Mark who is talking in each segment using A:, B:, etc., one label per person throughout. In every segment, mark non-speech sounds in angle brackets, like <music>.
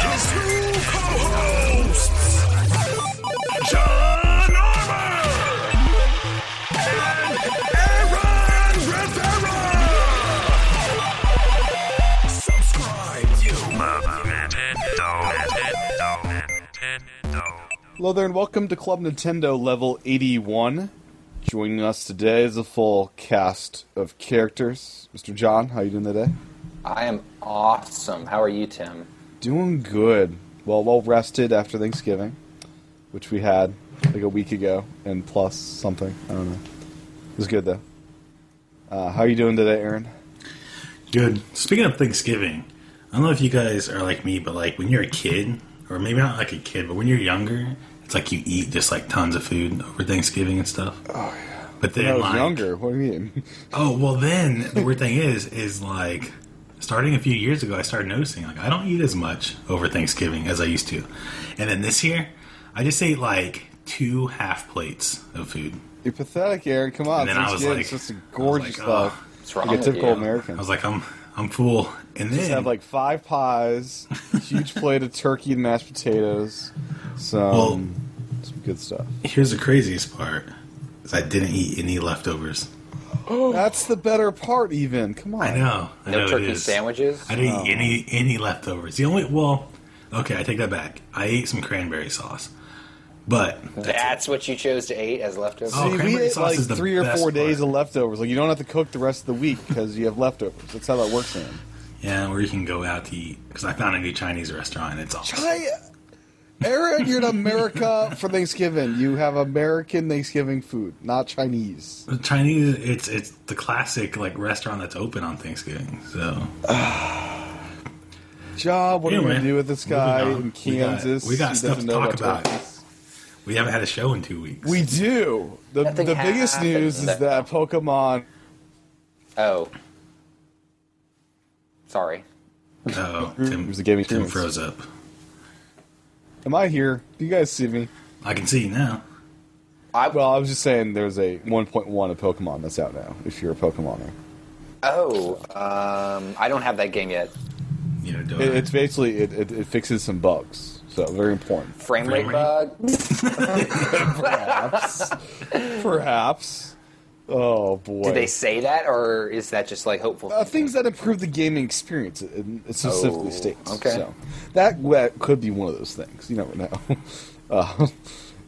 A: his two co-hosts, John Armour and Aaron Rivera. Subscribe you.
B: Hello there, and welcome to Club Nintendo Level 81. Joining us today is a full cast of characters. Mr. John, how you doing today?
C: I am awesome. How are you, Tim?
B: Doing good. Well, well rested after Thanksgiving, which we had like a week ago, and plus something. I don't know. It was good though. Uh, how you doing today, Aaron?
D: Good. Speaking of Thanksgiving, I don't know if you guys are like me, but like when you're a kid, or maybe not like a kid, but when you're younger, it's like you eat just like tons of food over Thanksgiving and stuff. Oh yeah. But then
B: I was
D: like,
B: younger. What do you mean?
D: oh well, then the weird thing is, is like starting a few years ago, I started noticing like I don't eat as much over Thanksgiving as I used to, and then this year, I just ate like two half plates of food.
B: You're pathetic, Aaron. Come on.
D: And then I was
B: Thanksgiving
D: like-
B: is just a
D: I was like,
B: gorgeous
D: "Ugh,
B: stuff.
C: What's wrong
B: Like a
C: with
B: typical
C: you?
B: American.
D: I was like, I'm I'm full, and then
B: just have like five
D: <laughs>
B: pies, huge plate of turkey and mashed potatoes, some
D: Well-
B: some good stuff.
D: Here's the craziest part: is I didn't eat any leftovers.
B: That's the better part. Even come on,
D: I know. I
C: No
D: know it
C: turkey
D: is.
C: sandwiches.
D: I didn't eat
B: Oh.
D: any any leftovers. The only well, okay, I take that back. I ate some cranberry sauce, but
C: That's what you chose to eat as leftovers.
D: Oh,
B: See, we
D: cranberry
B: ate
D: sauce
B: like
D: is the
B: three or
D: best
B: four days
D: part.
B: of leftovers. Like you don't have to cook the rest of the week because you have leftovers. That's how that works. Man.
D: yeah, where you can go out to eat because I found a new Chinese restaurant. It's awesome.
B: I, Aaron, you're in America for Thanksgiving. You have American Thanksgiving food, not Chinese.
D: Chinese. It's it's the classic like restaurant that's open on Thanksgiving. So
B: Job. What are you
D: Anyway,
B: gonna do with this
D: moving
B: guy
D: on.
B: in
D: We got-
B: Kansas?
D: we got
B: who
D: stuff
B: doesn't
D: to
B: know
D: talk about.
B: turkeys?
D: we haven't had a show in two weeks.
B: We do. The,
C: Nothing
B: the biggest
C: happened.
B: news is that Pokemon
C: Oh, sorry.
D: oh, Tim,
B: Mm-hmm. It was a gaming
D: Tim
B: experience.
D: froze up.
B: Am I here? Do you guys see me?
D: I can see you now.
C: I
B: Well, I was just saying there's a 1.1 of Pokemon that's out now, if you're a Pokemoner.
C: oh, um, I don't have that game yet.
D: You know, do
B: It,
D: I-
B: it's basically, it, it, it fixes some bugs. So, very important.
C: Frame rate
D: Frame rate?
C: bug.
B: Perhaps. perhaps. Oh, boy.
C: Did they say that, or is that just like hopeful?
B: uh, things that improve the gaming experience, it, it specifically
C: Oh,
B: states.
C: okay.
B: So, that, that could be one of those things. You never know. <laughs> uh,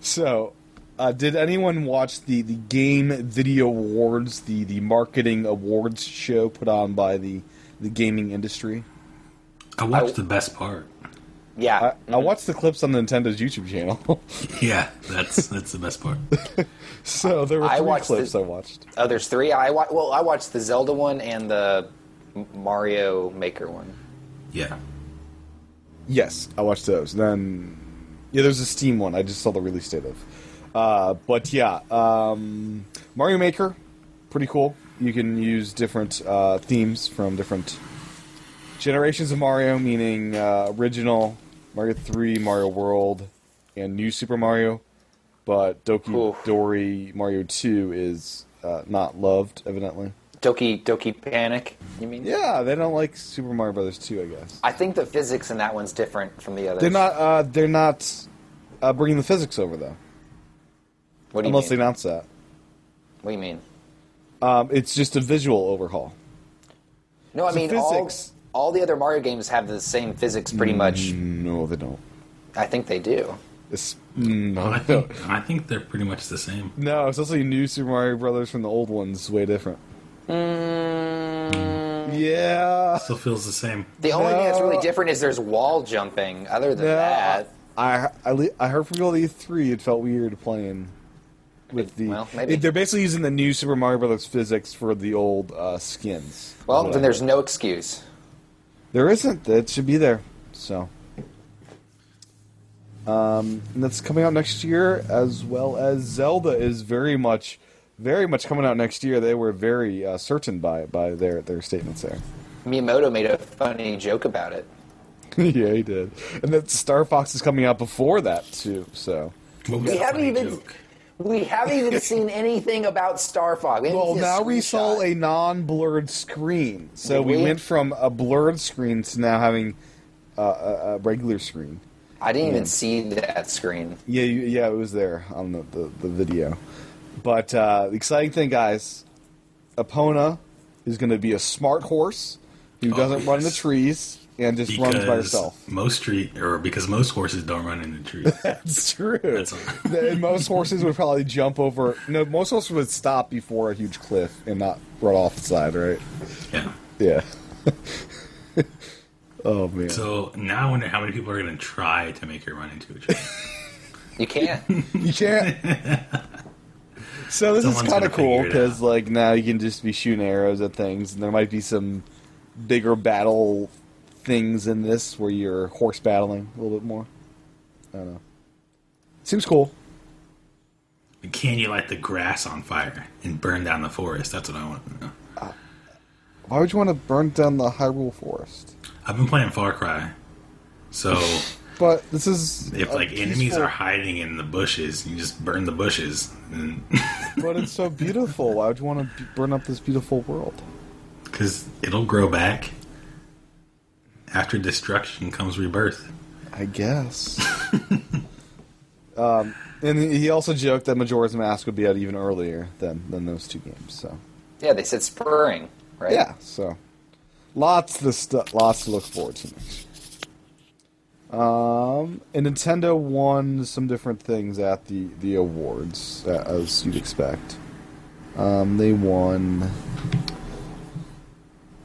B: so, uh, did anyone watch the, the Game Video Awards, the, the marketing awards show put on by the, the gaming industry?
D: I watched the best part. <laughs>
C: yeah.
B: I, I watched the clips on Nintendo's YouTube channel. <laughs>
D: Yeah, that's that's the best part.
B: so there were
C: I
B: three
C: watched
B: clips
C: the-
B: I watched.
C: oh, there's three. I wa- well, I watched the Zelda one and the M- Mario Maker one.
D: Yeah.
B: Yes, I watched those. Then yeah, there's a Steam one. I just saw the release date of. Uh, but yeah, um, Mario Maker, pretty cool. You can use different uh, themes from different generations of Mario, meaning uh, original Mario Three, Mario World, and New Super Mario. But Doki
C: Cool.
B: Dory Mario Two is uh, not loved, evidently.
C: Doki Doki Panic. You mean?
B: Yeah, they don't like Super Mario Brothers 2, I guess.
C: I think the physics in that one's different from the others.
B: They're not. Uh, they're not uh, bringing the physics over though,
C: What do you
B: unless they
C: mean?
B: announce that.
C: What do you mean?
B: Um, it's just a visual overhaul.
C: No, I
B: So
C: mean
B: physics- Mm.
C: all all the other Mario games have the same physics pretty much.
B: No, they don't.
C: I think they do.
B: It's, no,
D: I
B: no.
D: think I think they're pretty much the same.
B: no, especially new Super Mario Brothers from the old ones, way different.
C: Mm.
B: Yeah.
D: Still feels the same.
C: The only thing that's really
B: No.
C: different is there's wall jumping. Other than
B: No,
C: that,
B: I, I le- I heard from people at E3 it felt weird playing with the.
C: Well, maybe.
B: it- they're basically using the new Super Mario Brothers physics for the old uh, skins. is
C: well,
B: what I
C: then there's
B: heard.
C: no excuse.
B: There isn't. It should be there. So. Um, and that's coming out next year, as well as Zelda is very much, very much coming out next year. They were very uh, certain by by their their statements there. <laughs>
C: Miyamoto made a funny joke about it.
B: yeah, he did. And that Star Fox is coming out before that too. So
D: What was
C: We
D: the
C: haven't
D: funny
C: even-
D: joke?
C: We
B: <laughs>
C: haven't even seen anything about Star Fox. We haven't
B: well,
C: seen a
B: now we
C: screenshot.
B: saw a non-blurred screen. So
C: Did
B: we
C: we?
B: went from a blurred screen to now having uh, a, a regular screen.
C: I didn't
B: Mm.
C: even see that screen.
B: Yeah, you, yeah, it was there on the, the, the video. But uh, the exciting thing, guys, Epona is going to be a smart horse who doesn't run in the
D: yes.
B: trees and just runs by herself.
D: <laughs> most street or because most horses don't run in the
B: <laughs>
D: trees.
B: That's true.
D: all.
B: and most horses would probably jump over. No, most horses would stop before a huge cliff and not run off the side, right?
D: yeah.
B: Yeah. <laughs> oh man.
D: So now I wonder how many people are going to try to make her run into a tree.
C: You can't.
B: <laughs> You can't. so this
D: Someone's
B: is kind
D: gonna
B: of cool
D: figure it
B: because, like, now you can just be shooting arrows at things, and there might be some bigger battle things in this where you're horse battling a little bit more. I don't know. Seems cool.
D: Can you light the grass on fire and burn down the forest? That's what I want to know.
B: Why would you want to burn down the Hyrule Forest?
D: I've been playing Far Cry,
B: <laughs>
D: so
B: But this is
D: if
B: a
D: like enemies
B: peaceful-
D: are hiding in the bushes, you just burn the bushes. And
B: <laughs>
D: <laughs>
B: but it's so beautiful. Why would you want to burn up this beautiful world?
D: Because it'll grow back. After destruction comes rebirth.
B: I guess. um, and he also joked that Majora's Mask would be out even earlier than than those two games. So
C: Yeah, they said spurring, right?
B: yeah, so lots of stuff, lots to look forward to. Um, and Nintendo won some different things at the the awards, uh, as you'd expect. Um, they won.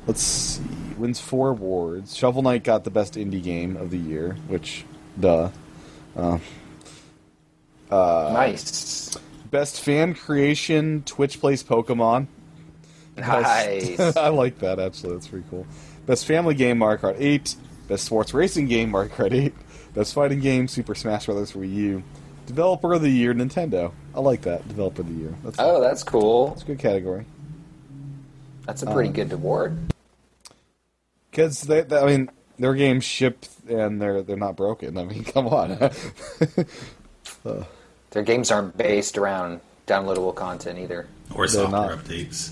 B: Let's see, wins four awards. Shovel Knight got the best indie game of the year, which, duh.
C: nice.
B: Best fan creation, Twitch plays Pokemon.
C: Nice.
B: <laughs> I like that actually. That's pretty cool. Best family game, Mario Kart 8. Best sports racing game, Mario Kart 8. Best fighting game, Super Smash Bros. Wii U. Developer of the year, Nintendo. I like that. Developer of the year. That's,
C: oh, that's cool.
B: that's a good category.
C: That's a
B: Um,
C: pretty good award.
B: Because they, they- I mean, their games ship and they're they're not broken. I mean, <laughs> come
C: <laughs>
B: on.
C: Their games aren't based around downloadable content either,
D: Or software
B: not.
D: updates.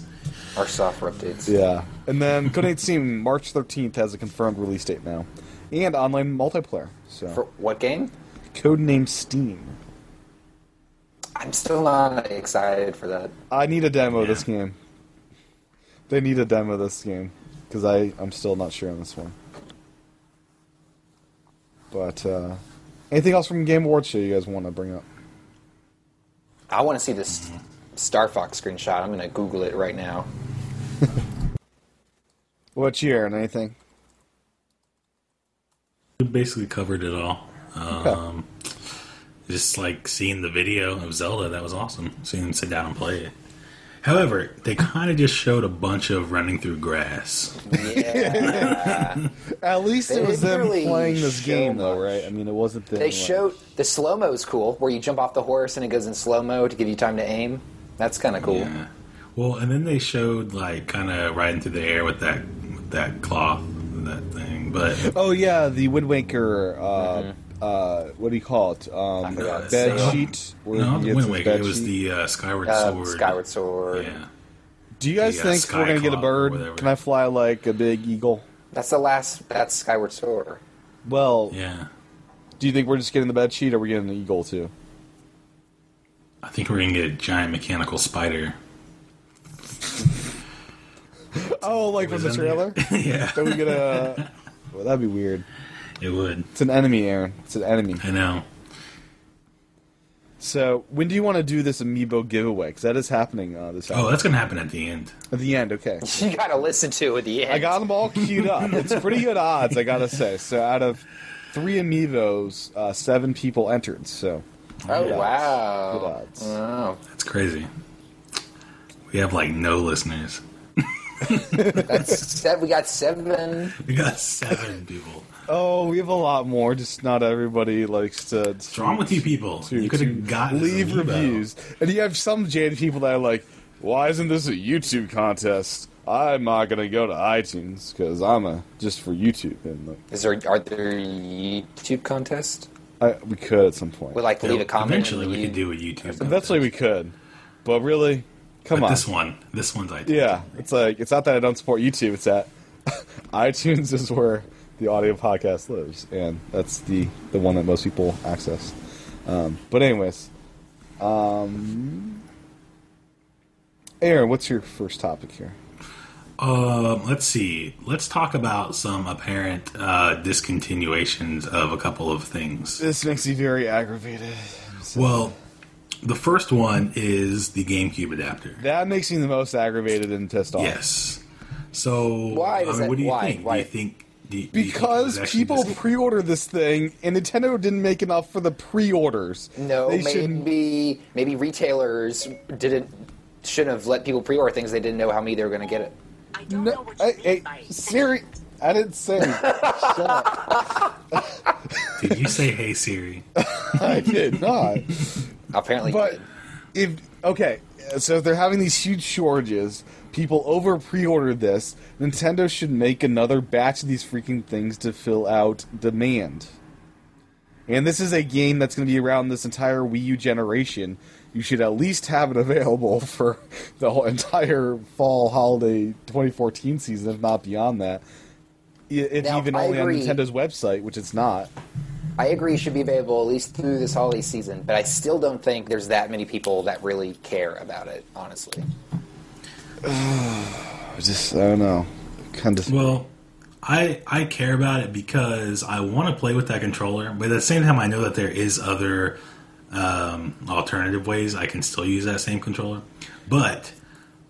C: or software updates.
B: yeah. And then Codename Steam, March 13th has a confirmed release date now, and online multiplayer. So
C: For what game?
B: Codename Steam.
C: I'm still not excited for that.
B: I need a demo of
D: Yeah.
B: this game. They need a demo of this game because I I'm still not sure on this one. But uh, anything else from Game Awards show you guys want to bring up?
C: I want to see this Star Fox screenshot. I'm going to Google it
B: <laughs>
C: right now.
B: What year and anything?
D: We basically covered it all. Um, Just like seeing the video of Zelda, that was awesome. Seeing them sit down and play it. However, they kind of just showed a bunch of running through grass.
C: Yeah.
B: At least
C: They
B: it was
C: didn't
B: them
C: really
B: playing this
C: show
B: game though,
C: much.
B: right? I mean, it wasn't them.
C: they
B: like-
C: showed the slow mo is cool, where you jump off the horse and it goes in slow mo to give you time to aim. That's kind of cool.
D: Yeah. Well, and then they showed like kind of riding through the air with that with that cloth, that thing. But
B: Oh yeah, the Wind Waker. Uh,
D: Mm-hmm.
B: uh, what do you call it? Um,
C: forgot.
B: bed
D: Sail.
B: sheet. where
D: uh,
B: he
D: no,
B: gets
D: the Wind
B: his
D: Waker.
B: bed
D: It was
B: sheet?
D: the uh, Skyward
C: Uh,
D: Sword.
C: Skyward Sword.
D: Yeah.
B: Do you guys
D: the, uh,
B: think
D: Sky
B: we're gonna get a
D: Club or
B: bird?
D: whatever.
B: Can I fly like a big eagle?
C: That's the last. That's Skyward Sword. <laughs>
B: Well,
D: Yeah.
B: Do you think we're just getting the bed sheet, or are we getting an eagle too?
D: I think we're gonna get a giant mechanical spider.
B: Oh, like from the
D: Wasn't it?
B: trailer?
D: <laughs> yeah,
B: Then we get a. Well, that'd be weird.
D: it would.
B: It's an enemy, Aaron. It's an enemy.
D: I know.
B: So, when do you want to do this amiibo giveaway? Because that is happening uh, this
D: Oh, uh,
B: hour.
D: that's gonna happen at the end.
B: at the end. Okay.
C: You got to listen to it at the end.
B: I got them all queued
D: <laughs>
B: up. It's pretty good odds, I gotta say. So, out of three amiibos, uh, seven people entered. So,
C: Oh
B: Good odds.
C: wow! Oh,
B: Good odds.
C: Wow.
D: That's crazy. We have like no listeners. <laughs>
B: <laughs>
C: Se- we got seven.
D: We got seven people.
B: oh, we have a lot more. Just not everybody likes to.
D: What's wrong with you people? you could have gotten this
B: leave
D: amiibo.
B: reviews. And you have some jaded people that are like, why isn't this a YouTube contest? I'm not gonna go to iTunes because I'm a just for YouTube and like,
C: Is there are there YouTube contests?
B: I, we could at some point.
C: We like to leave a comment.
D: Eventually,
C: and
D: we
C: you-
D: could do a YouTube.
B: Eventually we could, but really, come
D: But
B: on.
D: this one, this one's I.
B: Yeah, it's like it's not that I don't support YouTube. It's that <laughs> iTunes is where the audio podcast lives, and that's the the one that most people access. Um, but anyways, um, Aaron, what's your first topic here?
D: Um, let's see. Let's talk about some apparent uh, discontinuations of a couple of things.
B: This makes me very aggravated.
D: Well, the first one is the GameCube adapter.
B: That makes me the most aggravated and pissed off.
D: Yes. So
C: Why
D: I
C: does
D: mean,
C: that-
D: what do you
C: why?
D: think?
C: Why?
D: Do you think do you- do you think it was
B: Because
D: actually
B: people
D: dis-
B: pre-order this thing, and Nintendo didn't make enough for the pre-orders.
C: No,
B: they shouldn't.
C: maybe maybe retailers didn't shouldn't have let people pre-order things they didn't know how many they were going to get it.
E: I don't know
B: No,
E: what you
B: I,
E: mean by
B: I, Siri, I didn't
C: <laughs>
B: say. Shut up.
D: Did you say "Hey Siri"?
B: I did not.
C: Apparently, you
B: But
C: did.
B: if okay, so if they're having these huge shortages, people over pre-order this. Nintendo should make another batch of these freaking things to fill out demand. And this is a game that's going to be around this entire Wii U generation. You should at least have it available <laughs> for the whole entire fall holiday 2014 season, if not beyond that. I- If
C: Now,
B: even
C: I
B: only
C: agree.
B: on Nintendo's website, which it's not.
C: I agree it should be available at least through this holiday season, but I still don't think there's that many people that really care about it, honestly.
B: I just I don't know. Kind of.
D: Well, I I care about it because I want to play with that controller, but at the same time, I know that there is other um, alternative ways I can still use that same controller. But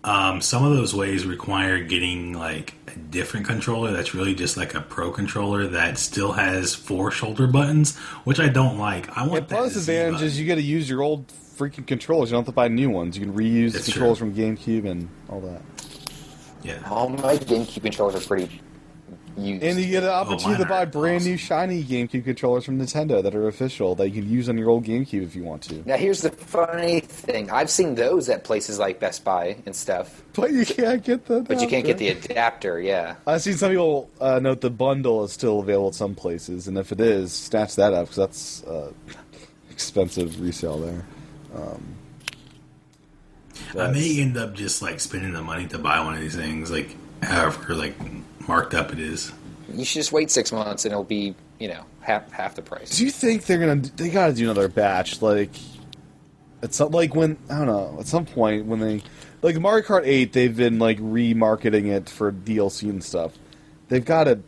D: um, some of those ways require getting like a different controller that's really just like a pro controller that still has four shoulder buttons, which I don't like. I want
B: And plus,
D: that Z
B: advantage is
D: button.
B: you got to use your old freaking controllers. You don't have to buy new ones. You can reuse
D: That's
B: the controllers
D: true.
B: from GameCube and all that.
D: yeah.
C: All my GameCube controllers are pretty used.
B: And you get an opportunity to
D: Oh, mine
B: buy
D: are
B: brand new
D: awesome.
B: shiny GameCube controllers from Nintendo that are official that you can use on your old GameCube if you want to.
C: now, here's the funny thing I've seen those at places like Best Buy and stuff,
B: But you can't get the.
C: but you can't get the adapter, yeah.
B: I've seen some people uh, note the bundle is still available at some places, and if it is, snatch that up because that's uh, <laughs> expensive resale there.
D: I may end up just like spending the money to buy one of these things, like however like marked up it is.
C: You should just wait six months and it'll be, you know, half, half the price.
B: Do you think they're gonna? They gotta do another batch. Like at some like when I don't know. At some point when they like Mario Kart Eight, they've been like remarketing it for DLC and stuff. They've got to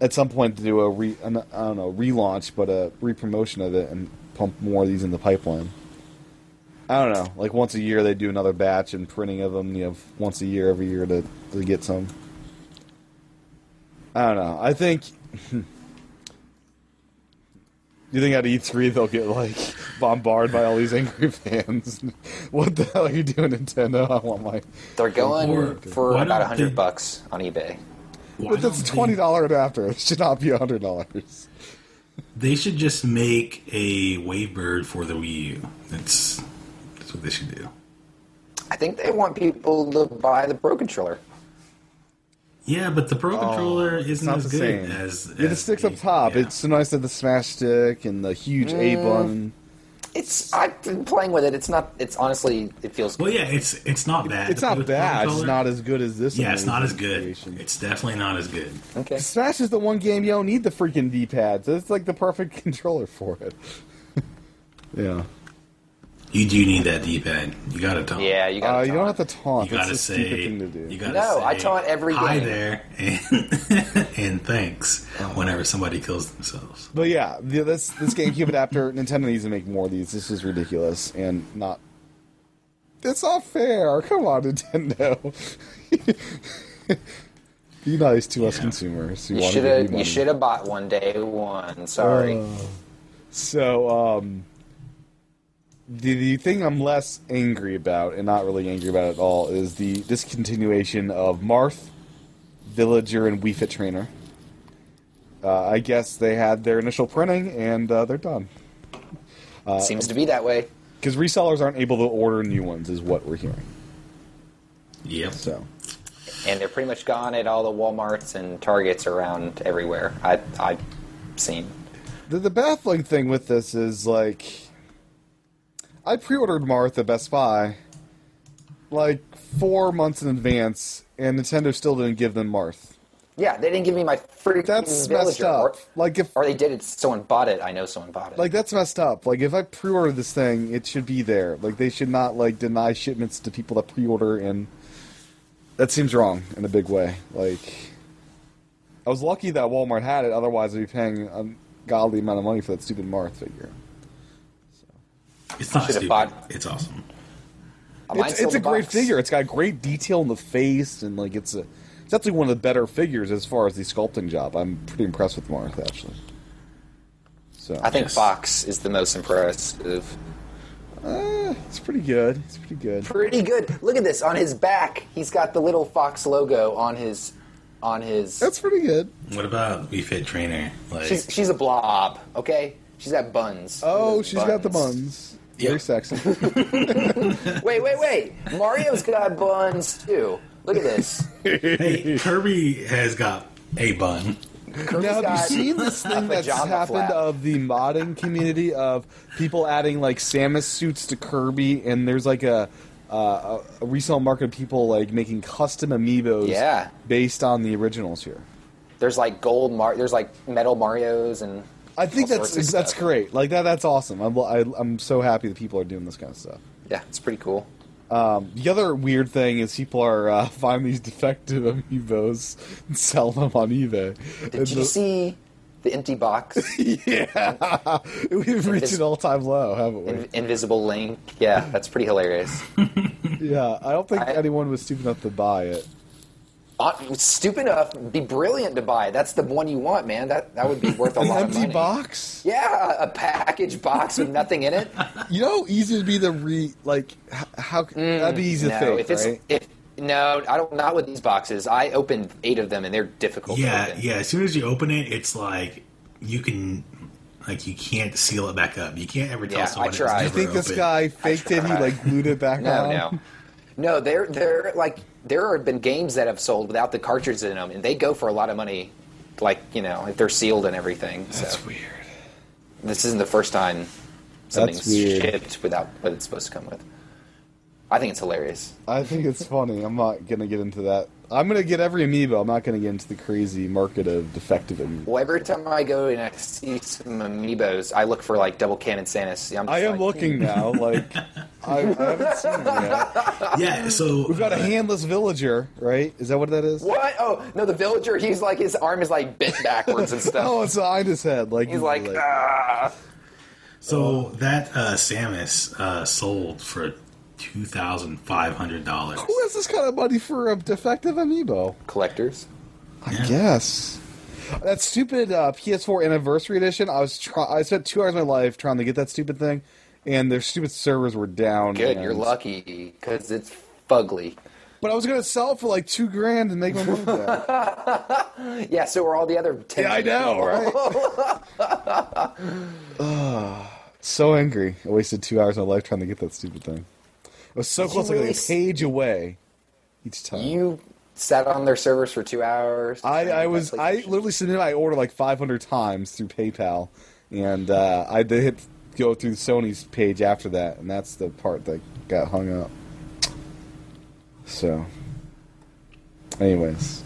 B: at some point do a re an, I don't know relaunch, but a re-promotion of it and pump more of these in the pipeline. I don't know. Like once a year, they do another batch and printing of them. You have once a year, every year to to get some. I don't know. I think you think at E3 they'll get like bombarded by all these angry fans? <laughs> what the hell are you doing, Nintendo? I want my.
C: They're going
D: Or-
C: for
D: why don't
C: about 100
D: they-
C: bucks on eBay.
D: Why
B: But that's
D: don't they-
B: twenty dollar adapter. It should not be hundred dollars.
D: They should just make a Wavebird for the Wii U. That's that's what they should do.
C: I think they want people to buy the Pro controller.
D: Yeah, but the Pro controller isn't
B: Oh, not
D: as
B: the
D: good
B: same.
D: as,
B: Yeah, the
D: as
B: sticks up
D: the-
B: top.
D: yeah.
B: It's so nice that the smash stick and the huge A button.
C: It's I've been playing with it. It's not. It's honestly, it feels.
D: well, yeah, it's it's not bad.
B: It's
D: The
B: not
D: Pro
B: bad. It's
D: controller-
B: not as good as this.
D: Yeah, it's not as
B: amazing
D: good.
B: creation.
D: It's definitely not as good.
C: Okay.
B: Smash is the one game you don't need the freaking D pad. So it's like the perfect <laughs> controller for it. yeah.
D: You do need that D pad. You gotta talk.
C: Yeah, you got.
B: Uh, you don't have to taunt.
D: You gotta
B: That's a
D: say.
B: stupid thing to do.
D: You gotta
C: No,
D: say,
C: I taunt every
D: Hi
C: game."
D: there, and, <laughs> and thanks.
B: Oh.
D: Whenever somebody kills themselves.
B: But yeah, the, this this GameCube adapter, <laughs> Nintendo needs to make more of these. This is ridiculous and not. It's not fair. Come on, <laughs> Nintendo. <laughs> Be nice to us
D: Yeah.
B: consumers. who
C: You
B: wanna
C: should
B: give
C: have. You
B: money. Uh,
C: should have bought one day one. Sorry.
B: So, um, the, the thing I'm less angry about, and not really angry about at all, is the discontinuation of Marth, Villager, and Wii Fit Trainer. Uh, I guess they had their initial printing, and uh, they're done. uh,
C: Seems to be that way.
B: Because resellers aren't able to order new ones, is what we're hearing.
D: Yep.
B: So,
C: and they're pretty much gone at all the WalMarts and Targets around everywhere. I I've seen.
B: The, the baffling thing with this is like, I pre-ordered Marth at Best Buy like four months in advance, and Nintendo still didn't give them Marth.
C: Yeah, they didn't give me my freaking
B: That's messed
C: villager,
B: up.
C: Or,
B: Like if
C: or they did it. Someone bought it. I know someone bought it.
B: like that's messed up. Like if I pre-order this thing, it should be there. Like they should not like deny shipments to people that pre-order, and that seems wrong in a big way. Like I was lucky that Walmart had it; otherwise, I'd be paying a godly amount of money for that stupid Marth figure.
D: It's not
C: Should've
D: stupid.
C: bought-
D: It's awesome.
C: Mine
B: It's,
C: sold
B: it's a
C: the
B: great
C: box.
B: figure. It's got great detail in the face, and like it's a, it's actually one of the better figures as far as the sculpting job. I'm pretty impressed with Marth actually. So
C: I think
D: Yes.
C: Fox is the most impressive.
B: it's pretty good. It's pretty good.
C: Pretty good. Look at this on his back. He's got the little Fox logo on his on his.
B: That's pretty good.
D: What about We Fit Trainer? Like,
C: she's she's a blob. Okay, she's got buns.
B: Oh,
C: she's
B: she's got the buns. Very <laughs>
D: Yeah.
B: sexy.
C: Wait, wait, wait. Mario's got buns too. Look
B: <laughs>
C: at this.
D: hey, Kirby has got a bun.
B: now, have
C: got
B: you seen this thing that's
C: pajama
B: happened
C: flap.
B: of the modding community of people adding like Samus suits to Kirby, and there's like a uh, a a resale market of people like making custom amiibos
C: Yeah.
B: based on the originals here.
C: There's like gold Mar. There's like metal Mario's and.
B: I think
C: all
B: that's
C: sorts of
B: that's
C: stuff.
B: great. Like that, that's awesome. I'm I, I'm so happy that people are doing this kind of stuff.
C: Yeah, it's pretty cool.
B: The other weird thing is people are uh, <laughs> finding these defective amiibos and sell them on eBay. And
C: Did you
B: the-
C: see the
B: <laughs>
C: empty box?
B: Yeah, <laughs> we've reached
C: Invis-
B: an all-time low, haven't we?
C: <laughs> In- Invisible Link. Yeah, that's pretty hilarious.
B: Yeah, I don't think
C: I-
B: anyone was stupid enough to buy it.
C: Uh, Stupid enough, be brilliant to buy. That's the one you want, man. That that would be worth
B: <laughs>
C: a
B: An
C: lot of
B: empty
C: money.
B: box.
C: Yeah, a package box with
B: <laughs>
C: nothing in it.
B: You know, how easy to be the re like h- how that'd be easy to
C: Mm, no,
B: fake,
C: if it's
B: right?
C: if no, I don't. Not with these boxes. I opened eight of them, and they're difficult. to
D: Yeah,
C: open.
D: yeah. As soon as you open it, it's like you can, like you can't seal it back up. You can't ever tell
C: Yeah, I
D: someone. it was
C: tried.
B: Do you
D: never
B: think this
D: opened.
B: guy faked it? He like glued it back
C: <laughs> No,
B: on.
C: no, no. There, there. Like there have been games that have sold without the cartridges in them, and they go for a lot of money. Like you know, if they're sealed and everything.
D: That's
C: so
D: weird.
C: this isn't the first time something's
B: weird.
C: shipped without what it's supposed to come with. I think it's hilarious.
B: I think it's funny. I'm not gonna get into that. I'm gonna get every amiibo. I'm not gonna get into the crazy market of defective amiibo.
C: Well, every time I go and I see some amiibos, I look for like double cannon Samus. I'm just
B: I am
C: like,
B: looking now.
C: <laughs>
B: Like I, I haven't seen it yet.
D: <laughs> Yeah. So uh,
B: We've got a handless villager, right? Is that what that is?
C: What? Oh no, the villager. He's like his arm is like bent
B: <laughs>
C: backwards and stuff.
B: Oh, it's behind his head. Like
C: he's like, ah.
D: So that uh, Samus uh, sold for two thousand five hundred dollars.
B: Who has this kind of money for a defective amiibo?
C: collectors.
B: I guess. That stupid uh, PS4 anniversary edition. I was try- I spent two hours of my life trying to get that stupid thing, and their stupid servers were down.
C: Good,
B: and-
C: you're lucky because it's fugly.
B: But I was gonna sell it for like two grand and make my money
C: <laughs>
B: back.
C: Yeah, so are all the other. Ten
B: yeah, I know, right?
C: Oh. <laughs>
B: so angry. I wasted two hours of my life trying to get that stupid thing. I was so
C: Did you
B: close, like,
C: really
B: like a
C: s-
B: page away each time.
C: You sat on their servers for two hours.
B: I, I was I literally submitted my order like 500 times through PayPal, and uh, I did hit go through Sony's page after that, and that's the part that got hung up. So, anyways,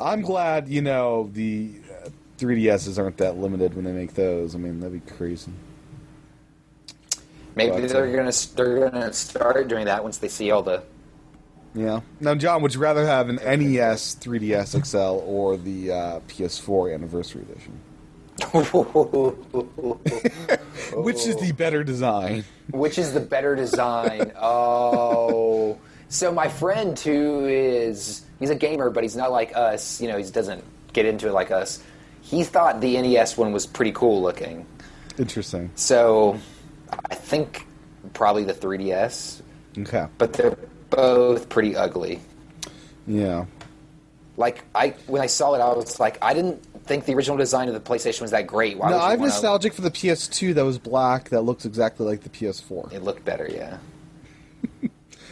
B: I'm glad you know the uh, 3DSs aren't that limited when they make those. I mean that'd be crazy.
C: Maybe
B: but,
C: they're
B: uh,
C: gonna they're gonna start doing that once they see all the. <laughs>
B: Yeah. Now, John, would you rather have an E NES 3DS XL or the uh, PS4 Anniversary Edition? Which is the better design?
C: Which is the better design? oh, so my friend who is he's a gamer, but he's not like us. You know, he doesn't get into it like us. He thought the NES one was pretty cool looking.
B: Interesting.
C: So, I think probably the 3DS,
B: Okay.
C: but they're both pretty ugly.
B: Yeah.
C: Like I, when I saw it, I was like, I didn't think the original design of the PlayStation was that great. Why
B: No,
C: would you
B: I'm
C: wanna-
B: nostalgic for the PS2 that was black that looks exactly like the PS4. <laughs>
C: It looked better, yeah.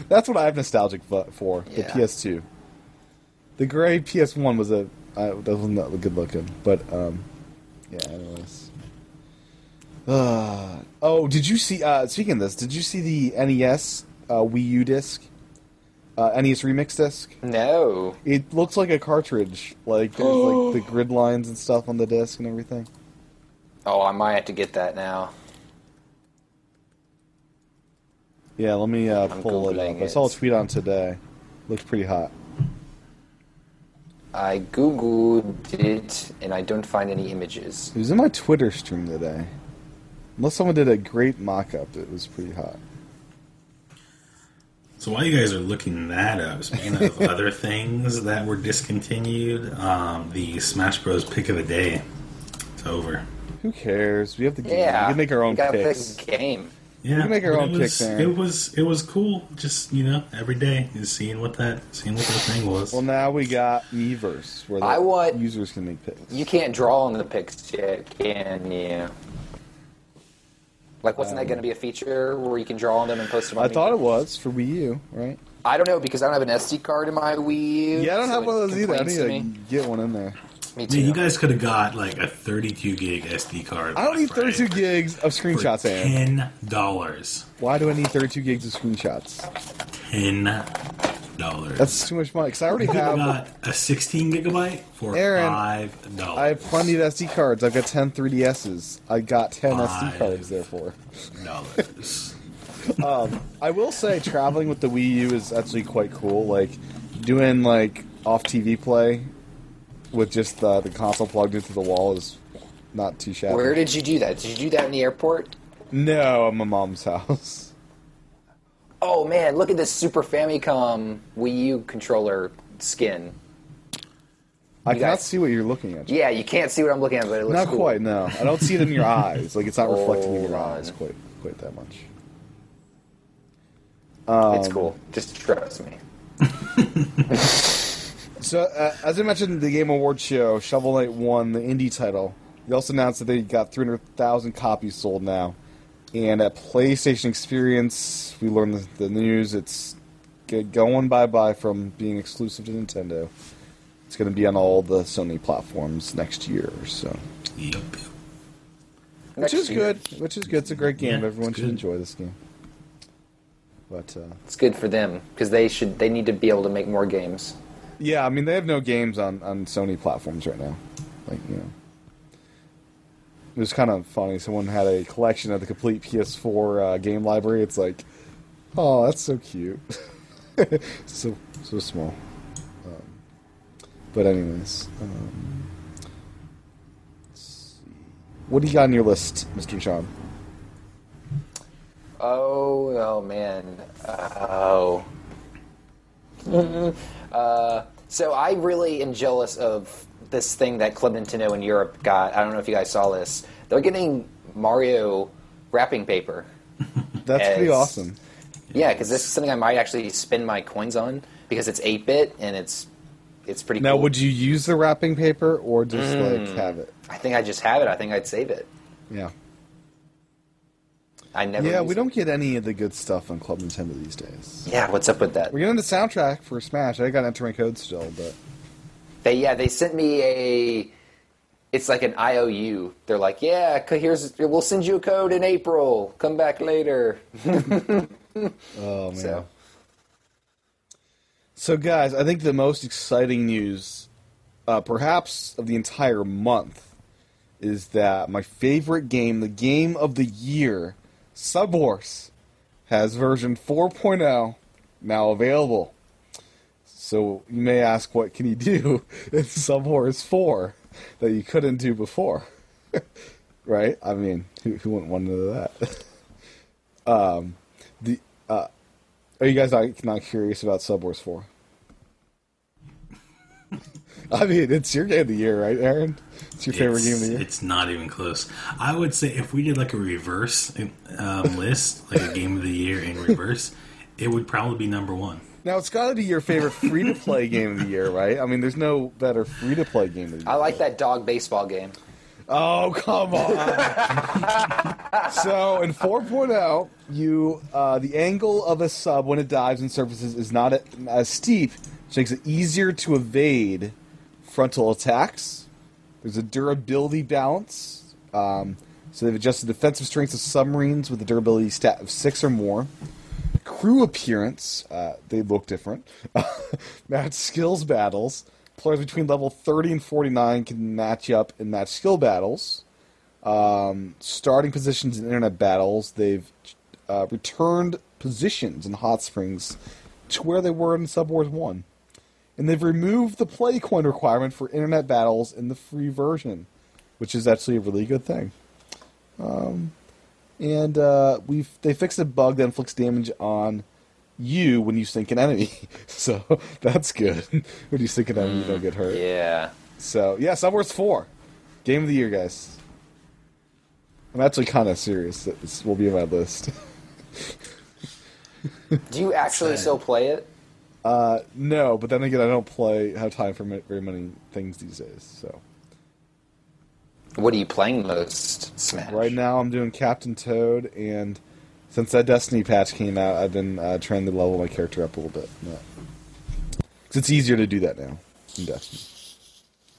B: That's what I'm nostalgic fu- for, the
C: Yeah.
B: PS2. The gray PS1 was a I that was not good looking, but um, yeah. Anyways, uh, oh, did you see? Uh, speaking of this, did you see the NES uh, Wii U disc? Uh, NES remix disc.
C: No.
B: It looks like a cartridge. Like there's like the grid lines and stuff on the disc and everything.
C: Oh, I might have to get that now.
B: Yeah, let me uh,
C: I'm
B: pull it up.
C: Googling
B: I saw a
C: it.
B: tweet on today. Looked pretty hot.
C: I googled it and I don't find any images.
B: It was in my Twitter stream today. Unless someone did a great mock-up, it was pretty hot.
D: So while you guys are looking that up, speaking
B: <laughs>
D: of other things that were discontinued, um, the Smash Bros. pick of the day. It's over.
B: Who cares? We have the game.
C: Yeah.
B: we can make our own
C: we gotta
B: picks.
C: Pick a game.
D: Yeah,
B: can make our
D: but
B: own
D: it was,
B: kick, man.
D: It was it was cool. Just you know, every day just seeing what that seeing what that thing was.
B: Well, now we got Miiverse, where the
C: I want-
B: users can make picks.
C: You can't draw on the picks yet, can you? Like, wasn't that going to be a feature where you can draw on them and post them? On
B: Um, I thought it was for Wii U, right?
C: I don't know because I don't have an SD card in my Wii. U,
B: Yeah, I don't
C: so
B: have
C: it
B: one of those either. I
C: complains
B: need
C: to
B: to
C: Me.
B: get one in there.
C: Me too.
D: Dude, you guys could have got like a 32 gig SD card.
B: I don't need
D: for-
B: 32 gigs of
D: for
B: screenshots, Aaron.
D: Ten dollars.
B: Why do I need 32 gigs of screenshots?
D: Ten dollars.
B: That's too much money, because I already
D: you could have
B: have...
D: got a 16 gigabyte for
B: Aaron,
D: five dollars.
B: I have <laughs> plenty of SD cards. I've got 10 3DSs. I got 10 SD
D: Five.
B: cards, therefore.
D: dollars.
B: I will say traveling with the Wii U is actually quite cool. Like doing like off TV play with just the, the console plugged into the wall is not too shabby.
C: Where did you do that? Did you do that in the airport?
B: no, I'm my mom's
C: <laughs>
B: house.
C: Oh man, look at this Super Famicom Wii U controller skin.
B: I cannot
C: You guys-
B: see what you're looking at.
C: Yeah, you can't see what I'm looking at, but it looks
B: not
C: cool. Oh,
B: quite. No, I don't see it in your <laughs> eyes. Like it's not reflected in your
C: Hold
B: eyes
C: on.
B: quite quite that much.
C: it's
D: Um,
C: cool. Just trust me.
B: So uh, as I mentioned, the Game Awards show Shovel Knight won the indie title. They also announced that they got 300,000 copies sold now. And at PlayStation Experience, we learned the, the news. It's g- going bye bye from being exclusive to Nintendo. It's going to be on all the Sony platforms next year. So,
D: Yep.
B: which
C: Next
B: is
C: year.
B: good. Which is good. It's a great game.
D: Yeah,
B: Everyone
D: it's
B: should
D: good.
B: enjoy this game. But uh,
C: It's good for them because they should. They need to be able to make more games.
B: Yeah, I mean they have no games on, on Sony platforms right now. Like you know, it was kind of funny. Someone had a collection of the complete PS4 uh, game library. It's like, oh, that's so cute. <laughs> so so small. Um, but anyways, um, let's see. what do you got on your list, Mister John?
C: Oh, oh man. Oh. <laughs> uh, so I really am jealous of this thing that Club Nintendo in Europe got. I don't know if you guys saw this. They're getting Mario wrapping paper.
B: That's pretty
C: As-
B: awesome.
C: Yeah, because this is something I might actually spend my coins on because it's eight bit and it's it's pretty.
B: Now,
C: cool.
B: would you use the wrapping paper or just like have it?
C: I think I just have it. I think I'd save it.
B: Yeah.
C: I never.
B: Yeah,
C: use
B: we
C: it.
B: don't get any of the good stuff on Club Nintendo these days.
C: Yeah, what's up with that?
B: We're getting the soundtrack for Smash. I gotta enter my code still, but
C: They yeah, they sent me a. It's like an IOU. They're like, yeah, c- here's we'll send you a code in April. Come back later.
B: <laughs> oh man.
C: So
B: So, guys, I think the most exciting news, uh, perhaps of the entire month, is that my favorite game, the game of the year, Subhorse, has version 4.0 now available. So you may ask, what can you do <laughs> in Subhorse 4 that you couldn't do before? <laughs> right? I mean, who, who wouldn't want to know that? <laughs> Um, The uh, are you guys not, not curious about Subwars Four? <laughs> I mean, it's your game of the year, right, Aaron? It's your favorite
D: It's-
B: game of the year.
D: It's not even close. I would say if we did like a reverse um, list, like a game of the year in reverse, it would probably be number one.
B: Now it's got to be your favorite free to play game of the year, right? I mean, there's no better free to play game of the year.
C: I like that dog baseball game.
B: Oh, come on. <laughs> so in oh, 4.0, you uh, the angle of a sub when it dives and surfaces is not a, as steep which makes it easier to evade frontal attacks. There's a durability balance. Um, so they've adjusted defensive strengths of submarines with a durability stat of six or more. Crew appearance, uh, they look different. <laughs> match skills battles. Players between level 30 and 49 can match up and match skill battles starting positions in internet battles. They've uh, returned positions in Hot Springs to where they were in Sub Wars 1. And they've removed the play coin requirement for internet battles in the free version, which is actually a really good thing. Um, and uh, we've they fixed a bug that inflicts damage on you when you sink an enemy. <laughs> so that's good. <laughs> when you sink an enemy, you don't get hurt.
C: Yeah.
B: So yeah, Star Wars Four, game of the year, guys. I'm actually kind of serious. that This will be on my list. <laughs>
C: Do you actually
D: Sad.
C: still play it?
B: no, but then again, I don't play have time for ma- very many things these days. So
C: What are you playing most? Smash.
B: right now, I'm doing Captain Toad, and since that Destiny patch came out, I've been uh, trying to level my character up a little bit. Yeah. 'Cause it's easier to do that now in Destiny.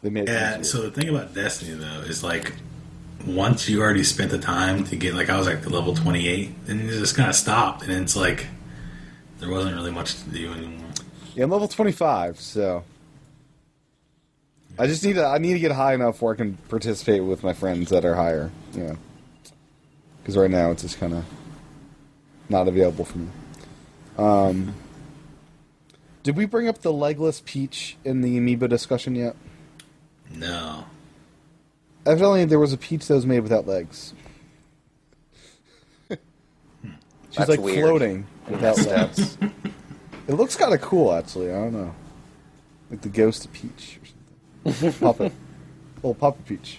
B: They made it
D: Yeah,
B: easier.
D: so the thing about Destiny though is like once you already spent the time to get like I was like the level twenty eight, then it just kinda stopped and it's like there wasn't really much to do anymore.
B: Yeah, I'm level 25, so I just need to I need to get high enough where I can participate with my friends that are higher. You know, because right now it's just kind of not available for me. Um, did we bring up the legless peach in the amiibo discussion yet?
D: No.
B: Evidently, there was a peach that was made without legs. She's like
C: That's weird.
B: floating without
C: Messed up.
B: legs. it looks kind of cool, actually. I don't know, like the ghost of Peach or
C: <laughs>
B: something. Papa, little Papa Peach.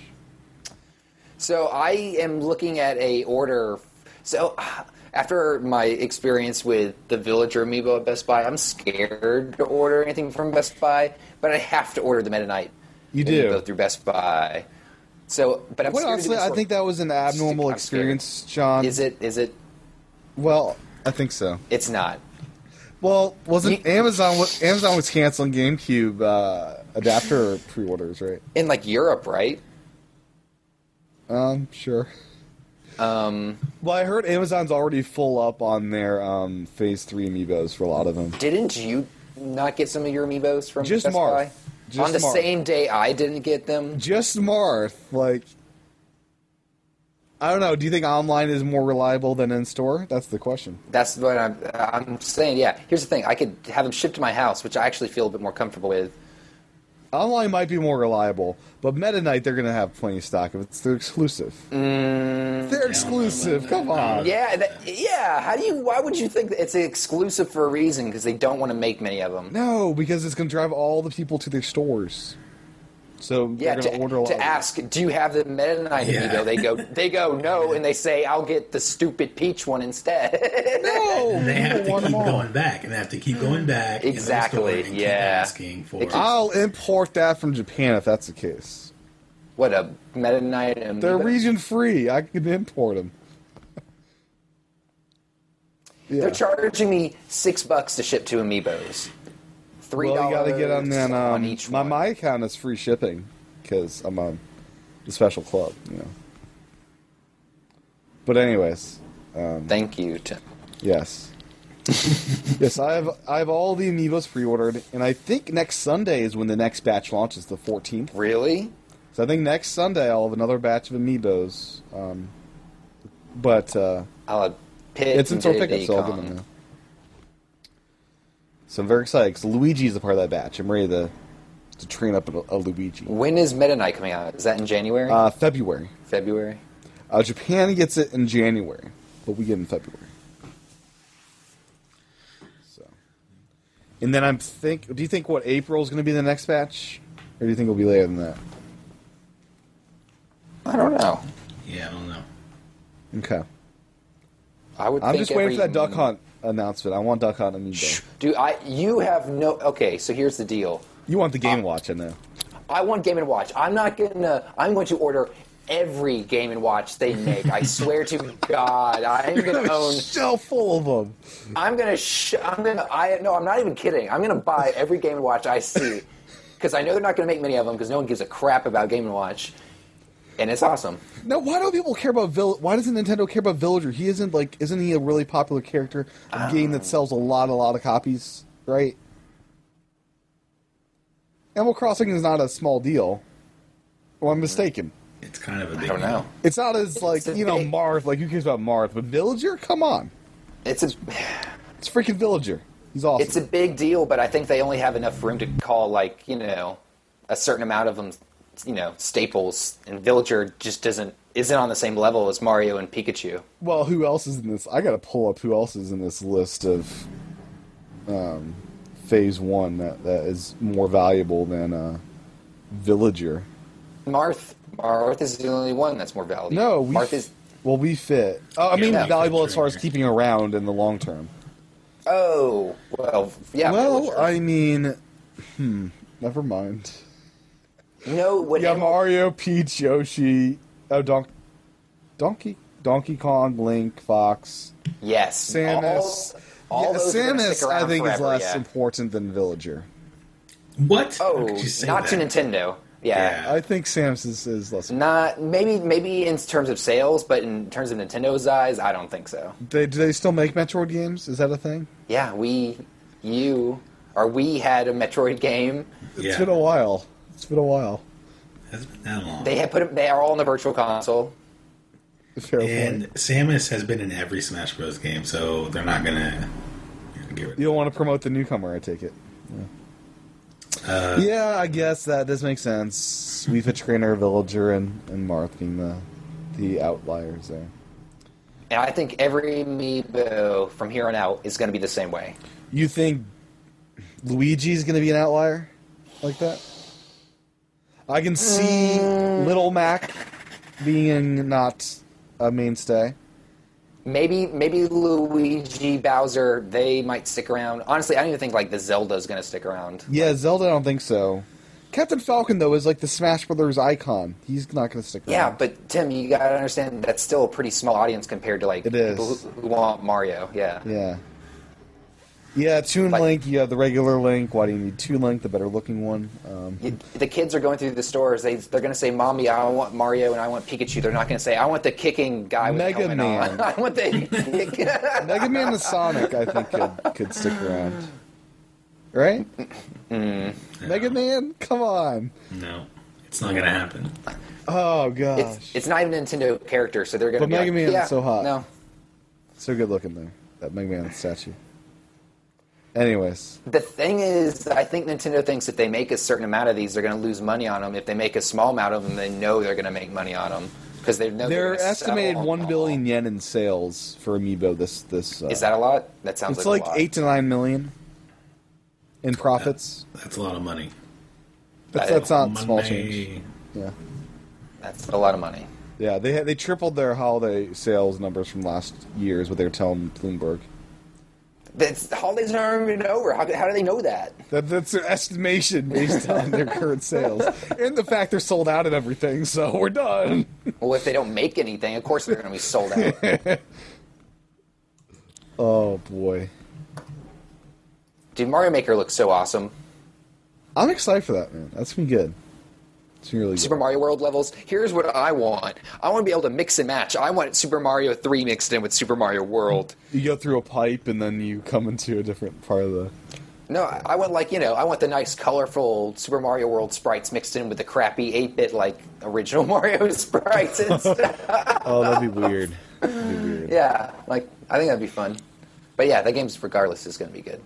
C: So I am looking at a order. So uh, after my experience with the Villager Amiibo at Best Buy, I'm scared to order anything from Best Buy, but I have to order the Meta Knight.
B: You
C: Amiibo
B: do.
C: through Best Buy. So, but I'm
B: Well,
C: scared to
B: honestly,
C: do this
B: I
C: order.
B: think that was an abnormal
C: I'm scared.
B: experience, John.
C: is it. Is it?
B: Well, I think so.
C: It's not.
B: Well, wasn't
C: You-
B: Amazon? wa- Amazon was canceling GameCube uh, adapter pre-orders, right?
C: In like Europe, right?
B: Um, sure.
C: Um,
B: Well, I heard Amazon's already full up on their um, Phase Three amiibos for a lot of them.
C: didn't you not get some of your Amiibos from
B: Just
C: Best
B: Marth.
C: Buy?
B: Just
C: On the
B: Marth.
C: same day I didn't get them.
B: Just Marth, like, I don't know. Do you think online is more reliable than in store? That's the question.
C: That's what I'm, I'm saying. Yeah. Here's the thing. I could have them shipped to my house, which I actually feel a bit more comfortable with.
B: Online might be more reliable, but Meta Knight they're gonna have plenty of stock if it's their exclusive. they're exclusive. Come on.
C: Mm, Yeah. That, yeah. How do you? Why would you think that it's exclusive for a reason? Because they don't want to make many of them.
B: No, because it's gonna drive all the people to their stores. So
C: Yeah,
B: they're gonna
C: to,
B: order a lot. of
C: to
B: them.
C: ask, do you have the Meta Knight
D: Yeah.
C: amiibo? They go, they go,
B: <laughs>
C: no, and they say, I'll get the stupid peach one instead. <laughs>
B: No, Oh, people
D: They have to
B: want
D: keep
B: them all.
D: going back and they have to keep going back in their
C: Mm.
D: store
C: Exactly,
D: and keep
C: yeah.
D: asking for
C: It keeps-
B: I'll import that from Japan if that's the case.
C: what a Meta Knight amiibo!
B: They're region free. I can import <laughs> them.
C: They're charging me six bucks to ship two amiibos. Three
B: Well,
C: dollars
B: you gotta get on then. Um,
C: on each
B: my
C: one.
B: my account is free shipping because I'm on the special club, you know. But anyways,
C: Thank you. Tim. <laughs>
B: yes, yes, I have I have all the amiibos pre-ordered, and I think next Sunday is when the next batch launches, the 14th.
C: Really?
B: So I think next Sunday I'll have another batch of amiibos. Um, but uh,
C: I'll have Pit
B: it's in
C: and
B: store
C: Diddy
B: pickup, so I'll give
C: Kong.
B: them now. So I'm very excited because Luigi's a part of that batch. I'm ready to to train up a, a Luigi.
C: When is Meta Knight coming out? Is that in January?
B: Uh, February.
C: February?
B: Uh, Japan gets it in January, but we get it in February. So, and then I'm think. Do you think what April is going to be the next batch, or do you think it'll be later than that?
C: I don't know.
D: Yeah, I don't know.
B: Okay,
C: I would.
B: I'm
C: think
B: just waiting for that
C: every-
B: Duck Hunt announcement. I want Duck Hunt
C: Shh.
B: amiibo.
C: Do I? You have no. Okay, so here's the deal.
B: You want the Game Watch, I know.
C: I want Game and Watch. I'm not gonna. I'm going to order every Game and Watch they make. I swear to God, I'm
B: <laughs>
C: gonna own.
B: shelf full of them.
C: I'm gonna. Sh- I'm gonna. I no. I'm not even kidding. I'm gonna buy every Game and Watch I see because I know they're not gonna make many of them because no one gives a crap about Game and Watch, and it's awesome.
B: Now, why don't people care about Vill- Why doesn't Nintendo care about Villager? He isn't like, isn't he a really popular character? A game that sells a lot, a lot of copies, right? Animal Crossing is not a small deal. Well, I'm mistaken.
D: It's kind of a big
C: I don't
D: deal.
C: know.
B: It's not as like
C: a
B: you know
C: big-
B: Marth. Like who cares about Marth? But Villager, come on,
C: It's a.
B: it's freaking Villager. He's awesome.
C: It's a big deal, but I think they only have enough room to call like you know a certain amount of them, you know, staples. And Villager just doesn't isn't on the same level as Mario and Pikachu.
B: well, who else is in this? I gotta pull up who else is in this list of um, Phase One that, that is more valuable than uh, Villager.
C: Marth, Marth is the only one that's more valuable.
B: No, we
C: Marth is.
B: well, we fit. Oh, I mean,
D: we fit
B: valuable as
D: right
B: far as
D: here.
B: keeping around in the long term.
C: Oh well, yeah.
B: well,
C: Villager.
B: I mean, hmm, never mind.
C: no. What
B: Yeah,
C: Animal-
B: Mario, Peach, Yoshi, oh, Don- Donkey, Donkey Kong, Link, Fox,
C: Yes,
B: Samus.
C: All, all
B: Yeah,
C: those are gonna
B: Samus,
C: stick around
B: I think, is
C: forever,
B: less
C: yeah.
B: important than Villager.
D: What? How
C: Oh,
D: could you say
C: not to
D: that?
C: Nintendo. Yeah.
D: Yeah.
B: I think Samus is, is less.
D: Mm-hmm.
C: Not maybe maybe in terms of sales, but in terms of Nintendo's eyes, I don't think so.
B: They, do they still make Metroid games? Is that a thing?
C: Yeah, we, you, or we had a Metroid game.
B: It's
D: Yeah.
B: been a while. It's been a while.
D: It's been that long.
C: They had put. They are all in the Virtual Console.
B: Fair
D: and
B: point.
D: Samus has been in every Smash Bros. game, so they're not gonna get rid
B: You
D: of.
B: don't want to promote the newcomer, I take it. Yeah,
D: Uh,
B: yeah I guess that does make sense. We've a trainer, villager, and, and Marth being the the outliers there.
C: And I think every amiibo from here on out is going to be the same way.
B: You think Luigi's going to be an outlier like that? I can see
D: Mm.
B: Little Mac being not a mainstay.
C: Maybe maybe Luigi Bowser they might stick around. Honestly, I don't even think like the Zelda's going to stick around.
B: Yeah, Zelda, I don't think so. Captain Falcon though is like the Smash Brothers icon. He's not going to stick around.
C: Yeah, but Tim, you gotta understand that's still a pretty small audience compared to like
B: It is.
C: people who, who want Mario. Yeah.
B: Yeah. Yeah, Toon
C: Like-
B: Link, you have the regular Link. Why do you need Toon Link, the better looking one? Um,
C: You- The kids are going through the stores. They they're gonna say, "Mommy, I want Mario and I want Pikachu." They're not gonna say, "I want the kicking guy with
B: Mega
C: the helmet
B: Man.
C: on." <laughs> I
B: <laughs>
C: want the.
B: Mega Man the Sonic, I think, could, could stick around. Right?
D: No.
B: Mega Man? Come on.
D: No, it's not gonna happen.
B: Oh, gosh.
C: it's, it's not even a Nintendo character, so they're gonna.
B: But
C: be
B: Mega
C: like,
B: Man's
C: yeah,
B: so hot."
C: No,
B: so good looking, though. That Mega Man statue. Anyways.
C: the thing is, I think Nintendo thinks if they make a certain amount of these, they're gonna lose money on them. If they make a small amount of them, they know they're gonna make money on them because they know
B: They're
C: gonna sell
B: estimated 1
C: all.
B: billion yen in sales for Amiibo this. this uh,
C: Is that a lot? That sounds
B: It's
C: like,
B: like
C: a lot.
B: 8 to 9 million in profits.
D: That's a lot of money.
B: That's,
C: that
B: that's
C: is
B: not small
D: Money.
B: change. Yeah.
C: That's a lot of money.
B: Yeah, they had, they tripled their holiday sales numbers from last year, is what they were telling Bloomberg.
C: That's, the holidays aren't even over. How, how do they know that?
B: That, that's their estimation based on
C: <laughs>
B: their current sales and the fact they're sold out of everything. So we're done.
C: Well, if they don't make anything, of course they're going to be sold out.
B: Oh boy,
C: Dude, Mario Maker looks so awesome.
B: I'm excited for that, man. That's been good. It's been really good.
C: Super Mario World levels. Here's what I want. I want to be able to mix and match. I want Super Mario 3 mixed in with Super Mario World.
B: You go through a pipe and then you come into a different part of the.
C: No, I I want like, you know, I want the nice colorful Super Mario World sprites mixed in with the crappy 8-bit like original <laughs> Mario sprites <laughs> and stuff.
B: Oh, that'd be weird. That'd be weird.
C: yeah, like I think that'd be fun. But yeah, that game's regardless is going to be good.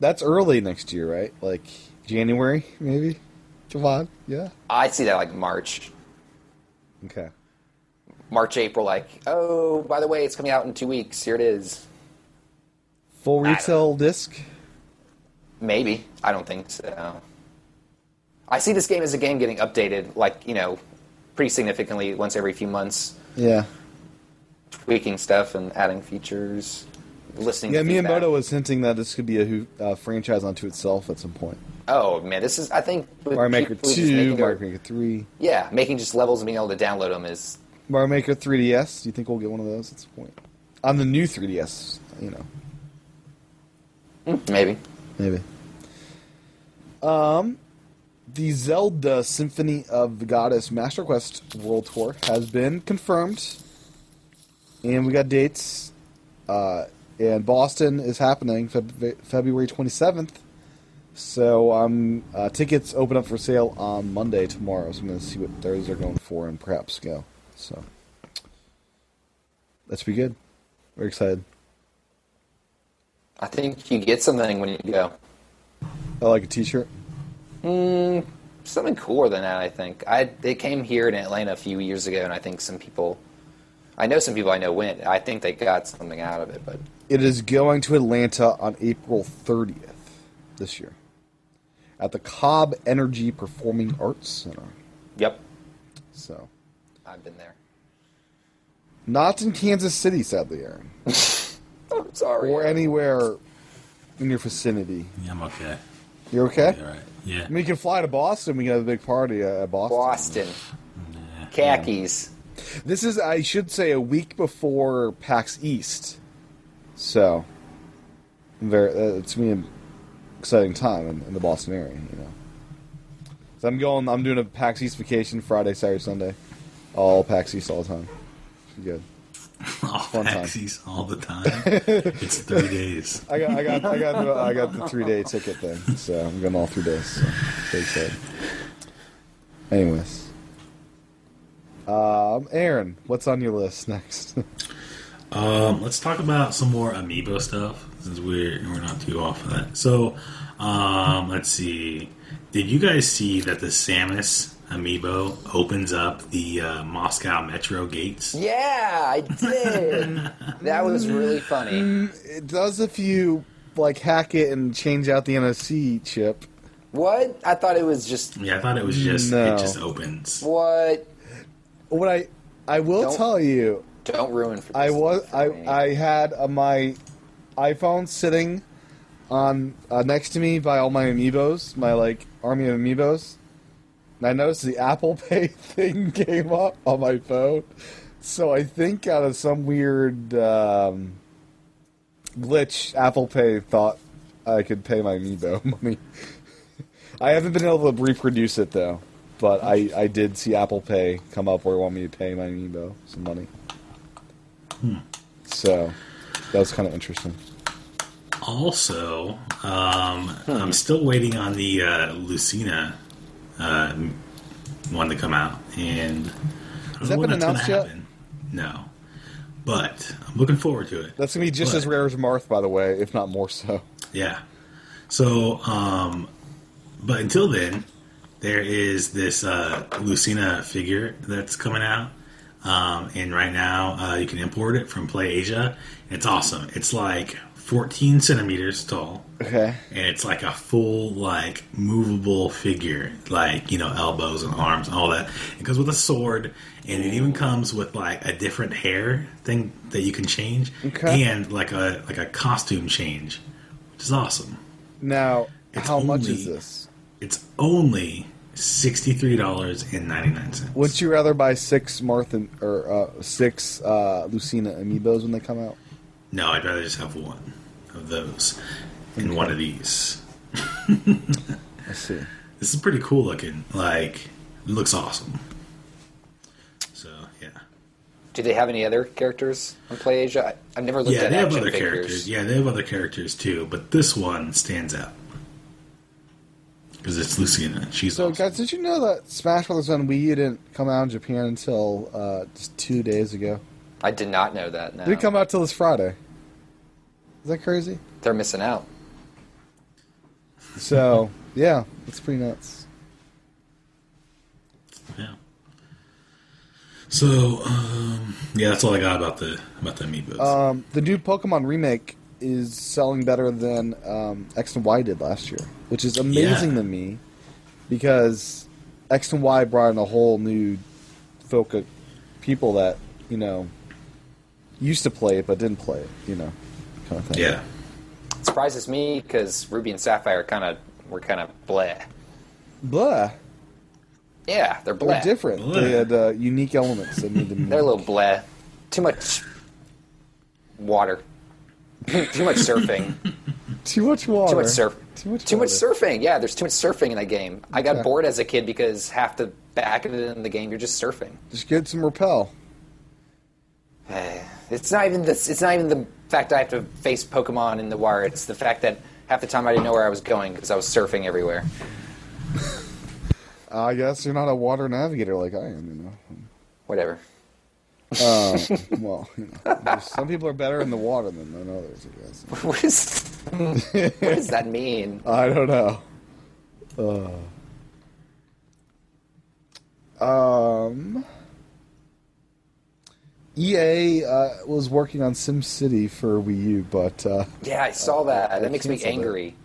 B: That's early next year, right? Like January, maybe. Come on, yeah.
C: I see that like March.
B: Okay.
C: March, April, like, oh, by the way, it's coming out in two weeks. Here it is.
B: Full retail disc.
C: Maybe. I don't think so. I see this game as a game getting updated, like, you know, pretty significantly once every few months,
B: Yeah.
C: tweaking stuff and adding features, listening
B: Yeah,
C: to feedback.
B: Miyamoto was hinting that this could be a who- uh, franchise unto itself at some point.
C: Oh man, this is I think with
B: Mario Maker
C: people just making
B: Two,
C: their-
B: Mario Maker Three,
C: yeah, making just levels and being able to download them is
B: Mario Maker 3DS. Do you think we'll get one of those at some point? On the new 3DS, you know,
C: hmm, maybe.
B: maybe. Um, the Zelda Symphony of the Goddess Master Quest World Tour has been confirmed, and we got dates. Uh, and Boston is happening Feb- February 27th. So um, uh, tickets open up for sale on Monday tomorrow. So I'm going to see what those are going for and perhaps go. So that should be good. We're excited.
C: I think you get something when you go.
B: I like a T-shirt.
C: Something cooler than that, I think. I they came here in Atlanta a few years ago, and I think some people, I know some people I know went. I think they got something out of it, but
B: It is going to Atlanta on April 30th this year at the Cobb Energy Performing Arts Center.
C: yep,
B: So,
C: I've been there.
B: not in Kansas City, sadly, Aaron,
C: Oh, sorry.
B: or anywhere in your vicinity.
D: Yeah, I'm okay.
B: You okay?
D: All right. Yeah.
B: I mean, you can fly to Boston. We can have a big party uh, at Boston.
C: Boston khakis.
B: This is, I should say, a week before PAX East. So, very, uh, it's me an exciting time in, in the Boston area, you know. So I'm going, I'm doing a PAX East vacation Friday, Saturday, Sunday. All PAX East all the time. Good.
D: <laughs> all
B: Fun time.
D: taxis all
B: <laughs>
D: the time. it's three days.
B: I got, I got, I got, the, I got the three day ticket thing. So I'm going all three days. So very excited. Anyways, um, Aaron, what's on your list <laughs> next?
D: Um, let's talk about some more amiibo stuff since we're we're not too off of that. So, um, let's see. Did you guys see that the Samus amiibo opens up the uh, Moscow metro gates?
C: Yeah, I
D: <laughs>
C: did. that was really funny.
B: It does if you like hack it and change out the NFC chip.
C: What? I thought it was just
D: Yeah, I thought it was just
B: No.
D: it just opens.
C: what.
B: What I I will
C: Don't-
B: tell you,
C: Don't ruin for
B: I
C: this
B: was
C: for
B: I
C: me.
B: I had uh, my iPhone sitting on uh, next to me by all my amiibos, my like army of amiibos. And I noticed the Apple <laughs> Pay thing came up on my phone, so I think out of some weird um, glitch, Apple Pay thought I could pay my amiibo <laughs> money. I haven't been able to reproduce it though, but I, I did see Apple Pay come up where it wanted me to pay my amiibo some money. So that was kind of interesting.
D: Also, um, I'm still waiting on the uh, Lucina uh, one to come out, and I
B: Has
D: don't know
B: that
D: when
B: been
D: that's gonna
B: announced yet?
D: happen. No, but I'm looking forward to it.
B: That's gonna be just
D: But-
B: as rare as Marth, by the way, if not more so.
D: Yeah. So, um, but until then, there is this uh, Lucina figure that's coming out. Um, and right now, uh, you can import it from PlayAsia. It's awesome. It's like 14 centimeters tall.
B: Okay.
D: And it's like a full, like, movable figure. Like, you know, elbows and arms and all that. It comes with a sword. And it even comes with, like, a different hair thing that you can change.
B: Okay.
D: And, like, a like a costume change which is awesome.
B: Now,
D: It's
B: how much
D: only-
B: is this?
D: It's only sixty three dollars and ninety nine cents.
B: Would you rather buy six Marth and, or uh, six uh, Lucina amiibos when they come out?
D: No, I'd rather just have one of those and one of these.
B: I see.
D: This is pretty cool looking. Like, it looks awesome. So yeah,
C: Do they have any other characters on PlayAsia? I, I've never looked
D: yeah,
C: at
D: they have
C: action
D: other
C: figures.
D: characters. Yeah, they have other characters too, but this one stands out because it's Lucina. She's
B: So,
D: awesome.
B: guys, did you know that Smash Brothers on Wii U didn't come out in Japan until uh, just two days ago?
C: I did not know that. No.
B: It didn't come out till this Friday. Is that crazy?
C: They're missing out.
B: <laughs> So, yeah, it's pretty nuts.
D: Yeah. So um, yeah, that's all I got about the about the amiibos.
B: Um, the new Pokemon remake is selling better than um, X and Y did last year, which is amazing
D: Yeah.
B: to me because X and Y brought in a whole new folk of people that you know used to play it but didn't play it, you know, kind of thing.
D: yeah.
C: Surprises me because Ruby and Sapphire kind of were kind of bleh.
B: Blah.
C: Yeah, they're
B: They're
C: bleh.
B: different.
D: Blah.
B: They had uh, unique elements that made them.
C: <laughs> They're a little bleh. Too much water. <laughs> too much surfing.
B: too much water.
C: Too much surf.
B: Too much. water.
C: surfing. Yeah, there's too much surfing in that game. I got
B: Yeah.
C: bored as a kid because half the back of it in the game you're just surfing. <sighs>
B: Just get some repel.
C: It's not even this. It's not even the fact I have to face Pokemon in the wire. It's the fact that half the time I didn't know where I was going because I was surfing everywhere.
B: I guess you're not a water navigator like I am.
C: Whatever. <laughs>
B: You know. well, you know, there's- some people are better in the water than, than others. I guess.
C: What is? what does
B: <laughs>
C: that mean?
B: I don't know. Uh, um, EA uh, was working on SimCity for Wii U, but uh,
C: Yeah, I saw that.
B: I
C: that makes me
B: canceled it.
C: angry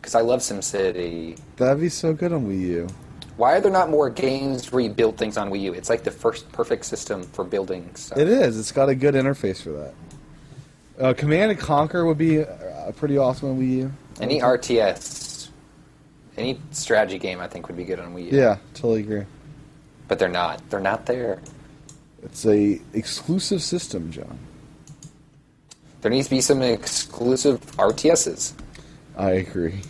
C: because I love SimCity.
B: that'd be so good on Wii U.
C: Why are there not more games where you build things on Wii U? It's like the first perfect system for building stuff.
B: It is. It's got a good interface for that. Uh, Command and Conquer would be uh, pretty awesome on Wii U.
C: Any RTS, any strategy game, I think would be good on Wii U.
B: Yeah, totally agree.
C: But they're not. They're not there.
B: It's a exclusive system, John.
C: There needs to be some exclusive RTSs.
B: I agree.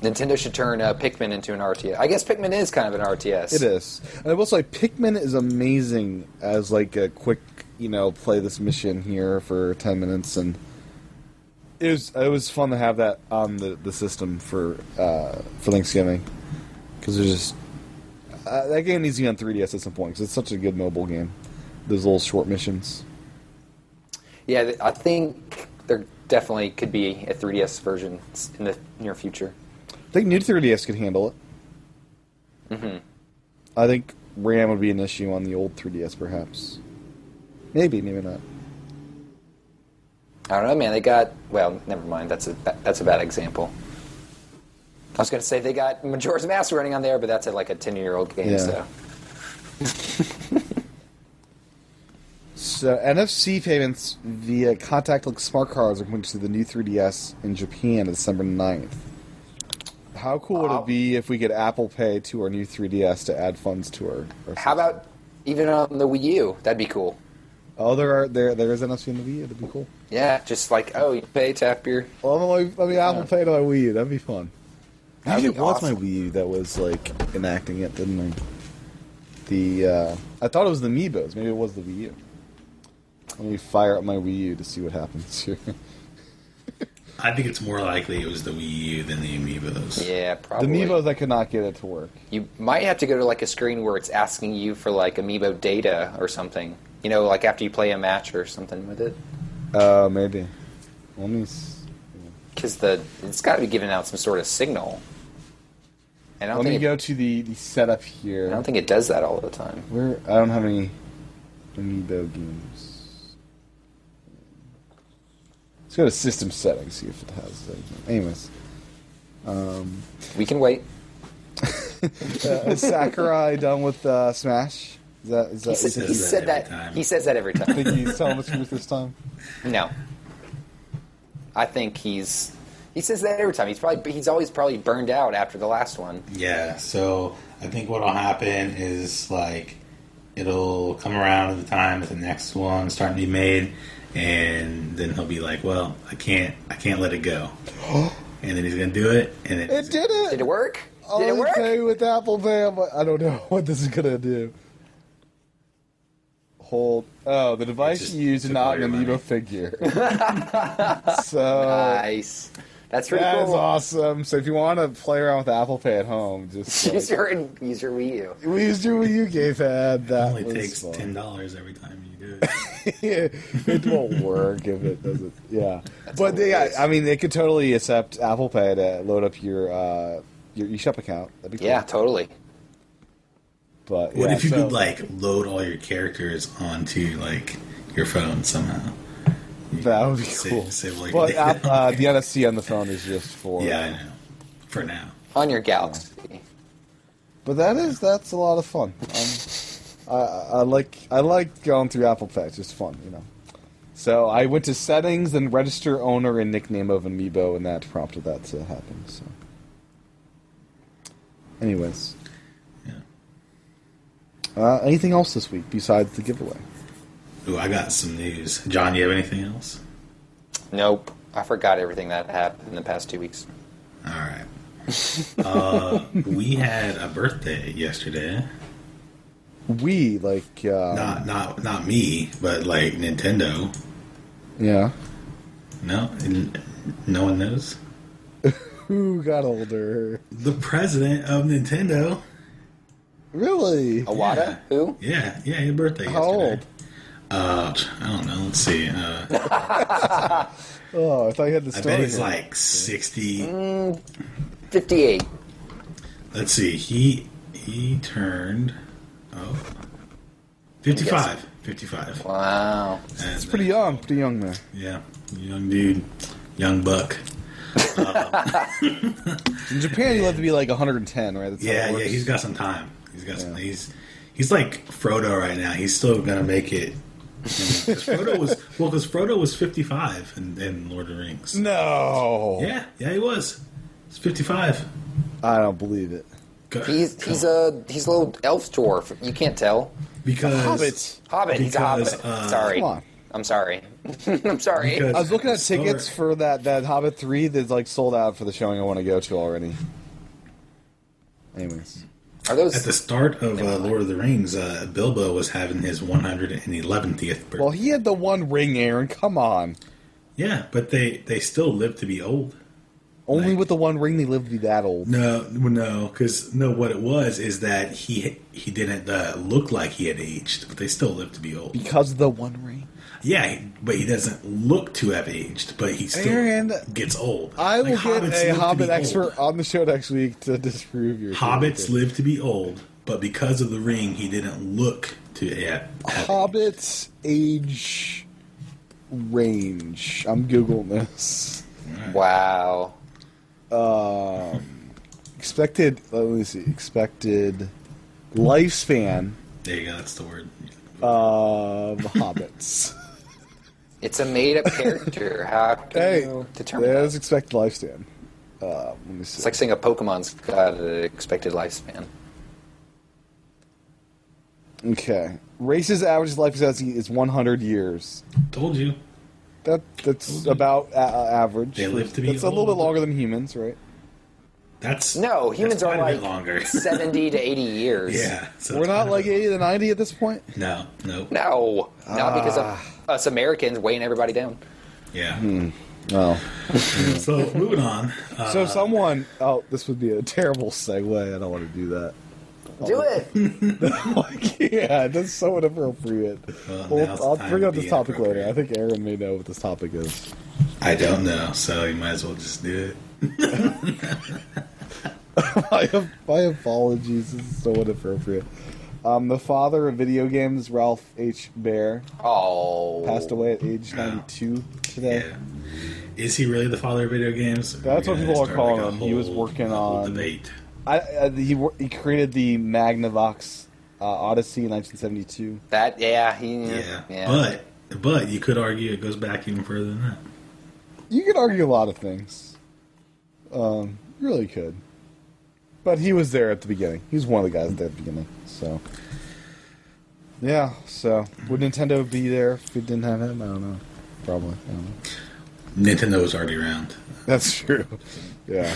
C: Nintendo should turn uh, Pikmin into an RTS. I guess Pikmin is kind of an RTS.
B: It is. And I will say, Pikmin is amazing as like a quick, you know, play this mission here for ten minutes, and it was it was fun to have that on the, the system for uh, for Thanksgiving because there's just uh, that game needs to be on 3DS at some point because it's such a good mobile game. Those little short missions.
C: Yeah, th- I think there definitely could be a 3DS version s- in the near future.
B: I think new 3DS could handle it. Mm-hmm. I think RAM would be an issue on the old 3DS, perhaps. Maybe, maybe not.
C: I don't know, man. They got well. Never mind. That's a ba- that's a bad example. I was going to say they got Majora's Mask running on there, but that's a, like a ten-year-old game.
B: Yeah.
C: So
B: So NFC payments via contactless smart cards are going to the new 3DS in Japan December 9th. How cool would
C: Wow.
B: it be if we get Apple Pay to our new 3DS to add funds to our? our
C: how about even on the Wii U? That'd be cool.
B: Oh, there are there there is NFC in the Wii. U. That'd be cool.
C: Yeah, just like oh, you pay tap your
B: Well, Oh, let me, let me Apple Pay to my Wii U. That'd be fun. I
C: That'd
B: think
C: be
B: it was
C: awesome.
B: my Wii U that was like enacting it, didn't I? The uh, I thought it was the Amiibos. Maybe it was the Wii U. Let me fire up my Wii U to see what happens here. <laughs>
D: I think it's more likely it was the Wii U than the Amiibos.
C: Yeah,
B: the
C: probably.
B: Amiibos, I could not get it to work.
C: You might have to go to like a screen where it's asking you for like amiibo data or something. You know, like after you play a match or something with it,
B: Uh, maybe. Let me. s-
C: because the it's got to be giving out some sort of signal. And I don't
B: Let me
C: think
B: go
C: it,
B: to the the setup
C: I
B: here.
C: don't think it does that all the time.
B: Where I don't have any amiibo games. Let's go to system settings. See if it has. anything. Anyways,
C: We can wait.
B: uh,
C: <laughs>
B: is Sakurai done with uh, Smash? Is that is that?
C: He,
B: Is
C: said-
D: says
C: he
D: that
C: said
D: every
C: that.
D: time.
C: He says that every
B: think
C: time.
B: he's telling the truth this time.
C: no, I think he's. He says that every time. He's probably he's always probably burned out after the last one.
D: Yeah, so I think what'll happen is like it'll come around at the time that the next one's starting to be made, and then he'll be like, "Well, I can't, I can't let
B: <gasps>
D: it go," and then he's gonna do it, and then
B: It did it.
C: Did it work? Did it
B: Only
C: work?
B: pay with Apple Pay. I'm like, I don't know <laughs> what this is gonna do. Hold. Oh, the
D: It
B: device
D: just
B: you use is
D: took
B: not
D: all
B: an
D: your money.
B: amiibo
D: <laughs>
B: figure. so
C: Nice. That's pretty
B: that is
C: cool.
B: awesome. So if you want to play around with Apple Pay at home,
D: <laughs>
B: just
C: Use
B: like,
C: your use your Wii U.
B: we used your Wii U gamepad.
D: it
B: That
D: only
B: was
D: takes
B: fun.
D: ten dollars every time you do it.
B: <laughs> it won't work if it doesn't. Yeah, but they, I, I mean, they could totally accept Apple Pay to load up your uh, your eShop account. That'd be cool.
C: Yeah, totally.
B: But
D: what
B: yeah,
D: if you
B: so-
D: could like load all your characters onto like your phone somehow?
B: That would be
D: Save-
B: cool.
D: save, like,
B: but
D: <laughs> a day.
B: app, uh, the NFC on the phone is just for.
D: Yeah, I know. For now,
C: On your Galaxy.
B: But that is that's a lot of fun. Um, I, I I like I like going through Apple Pay. It's just fun, you know. So I went to settings and register owner and nickname of amiibo, and that prompted that to happen. So Anyways,
D: Yeah.
B: uh, anything else this week besides the giveaway?
D: Ooh, I got some news. John, you have anything else?
C: Nope. I forgot everything that happened in the past two weeks.
D: All right. uh, we had a birthday yesterday.
B: We like, uh,
D: Not not not me, but like Nintendo.
B: yeah.
D: No, n- no one knows.
B: Who got older?
D: The president of Nintendo.
B: Really?
C: Awada?
D: Yeah.
C: Who?
D: Yeah, yeah, his birthday
B: How
D: yesterday.
B: old?
D: Uh, I don't know. Let's see. Uh,
B: Oh, I thought you had the
D: I
B: story.
D: bet he's
B: here.
D: like sixty.
C: 58.
D: Let's see. He he turned oh 55. 55.
C: Wow.
D: That's
B: pretty young, pretty young man.
D: Yeah, young dude, young buck.
B: In Japan, you have to be like 110, right? That's how it
D: Yeah, yeah,
B: works.
D: he's got some time. He's got some. He's he's like Frodo right now. He's still gonna make it. Because Frodo was well, because Frodo was fifty five in, in Lord of the Rings.
B: No,
D: Yeah, yeah, he was. He's fifty five.
B: I don't believe it.
C: He's he's a he's a little elf dwarf. You can't tell.
D: because
B: Hobbits.
C: Hobbit. he's a
D: Because,
C: hobbit.
D: uh,
C: sorry.
B: Come on.
C: I'm sorry. <laughs> I'm sorry.
D: because
B: I was looking at
D: Scar-
B: tickets for that that Hobbit three that's like sold out for the showing I want to go to already. Anyways,
C: Are those
D: At the start of uh, Lord of the Rings, uh, Bilbo was having his 111th birthday.
B: well, he had the one ring, Aaron. Come on,
D: yeah, but they, they still live to be old.
B: only with the one ring they live to be that old.
D: No, no, because no, what it was is that he he didn't uh, look like he had aged, but they still lived to be old.
B: Because of the one ring,
D: Yeah, he- but he doesn't look to have aged, but he still
B: Aaron,
D: gets old.
B: I
D: Like,
B: will
D: hobbits
B: get
D: live
B: a
D: to
B: Hobbit
D: be
B: expert
D: old.
B: on the show next week to disprove your
D: Hobbits live to be old, but because of the ring, he didn't look to yeah. have
B: Hobbits age range. I'm googling this.
C: Wow.
B: Expected. Let me see. Expected lifespan
D: aged. There you go. That's the word.
B: of hobbits.
C: It's a made
D: <laughs>
C: up character. How can
B: hey,
C: you determine that?
B: there's expected lifespan. Uh, let me see.
C: It's like saying a Pokemon's got an expected lifespan.
B: okay, race's average life expectancy is 100 years.
D: Told you.
B: That that's about a- a- average.
D: They live to be
B: That's a little bit
D: old.
B: longer than humans, right?
D: That's
C: No,
D: that's
C: humans are
D: quite a
C: like
D: bit longer. <laughs>
C: 70 to 80 years.
D: yeah, so
B: We're
D: that's
B: not
D: quite a <laughs>
B: like
D: bit-
B: 80 to 90 at this point.
D: no, no,
C: No, not because of
D: Ah.
C: us Americans weighing everybody down.
D: yeah.
B: Oh.
D: So moving on. Uh,
B: So someone, oh, this would be a <laughs> terrible segue. I don't want to do that. <laughs>
D: Oh.
C: Do it.
B: Like, yeah, that's so inappropriate.
D: Well,
B: Well,
D: now's
B: I'll
D: the time
B: bring
D: to
B: up this
D: be
B: topic later. I
D: inappropriate.
B: think Aaron may know what this topic is.
D: I don't know, so you might as well just do it.
B: <laughs> my, my apologies. This is so inappropriate. Um, the father of video games, Ralph H. Bear,
C: <laughs> Oh.
B: passed away at age 92 today.
D: Yeah. Is he really the father of video games?
B: That's what
D: We're gonna
B: people are
D: start,
B: calling
D: a
B: him. He was
D: whole-
B: working
D: a whole
B: on-
D: debate.
B: I, I, he, wor- he created the Magnavox uh, Odyssey in 1972.
C: That, yeah. He,
D: Yeah.
C: yeah.
D: but but you could argue it goes back even further than that.
B: You could argue a lot of things. Um, you really could. But he was there at the beginning. He was one of the guys there at the beginning. So, yeah. So, would Nintendo be there if we didn't have him? I don't know. Probably. I don't know.
D: Nintendo was already around.
B: That's true. Yeah.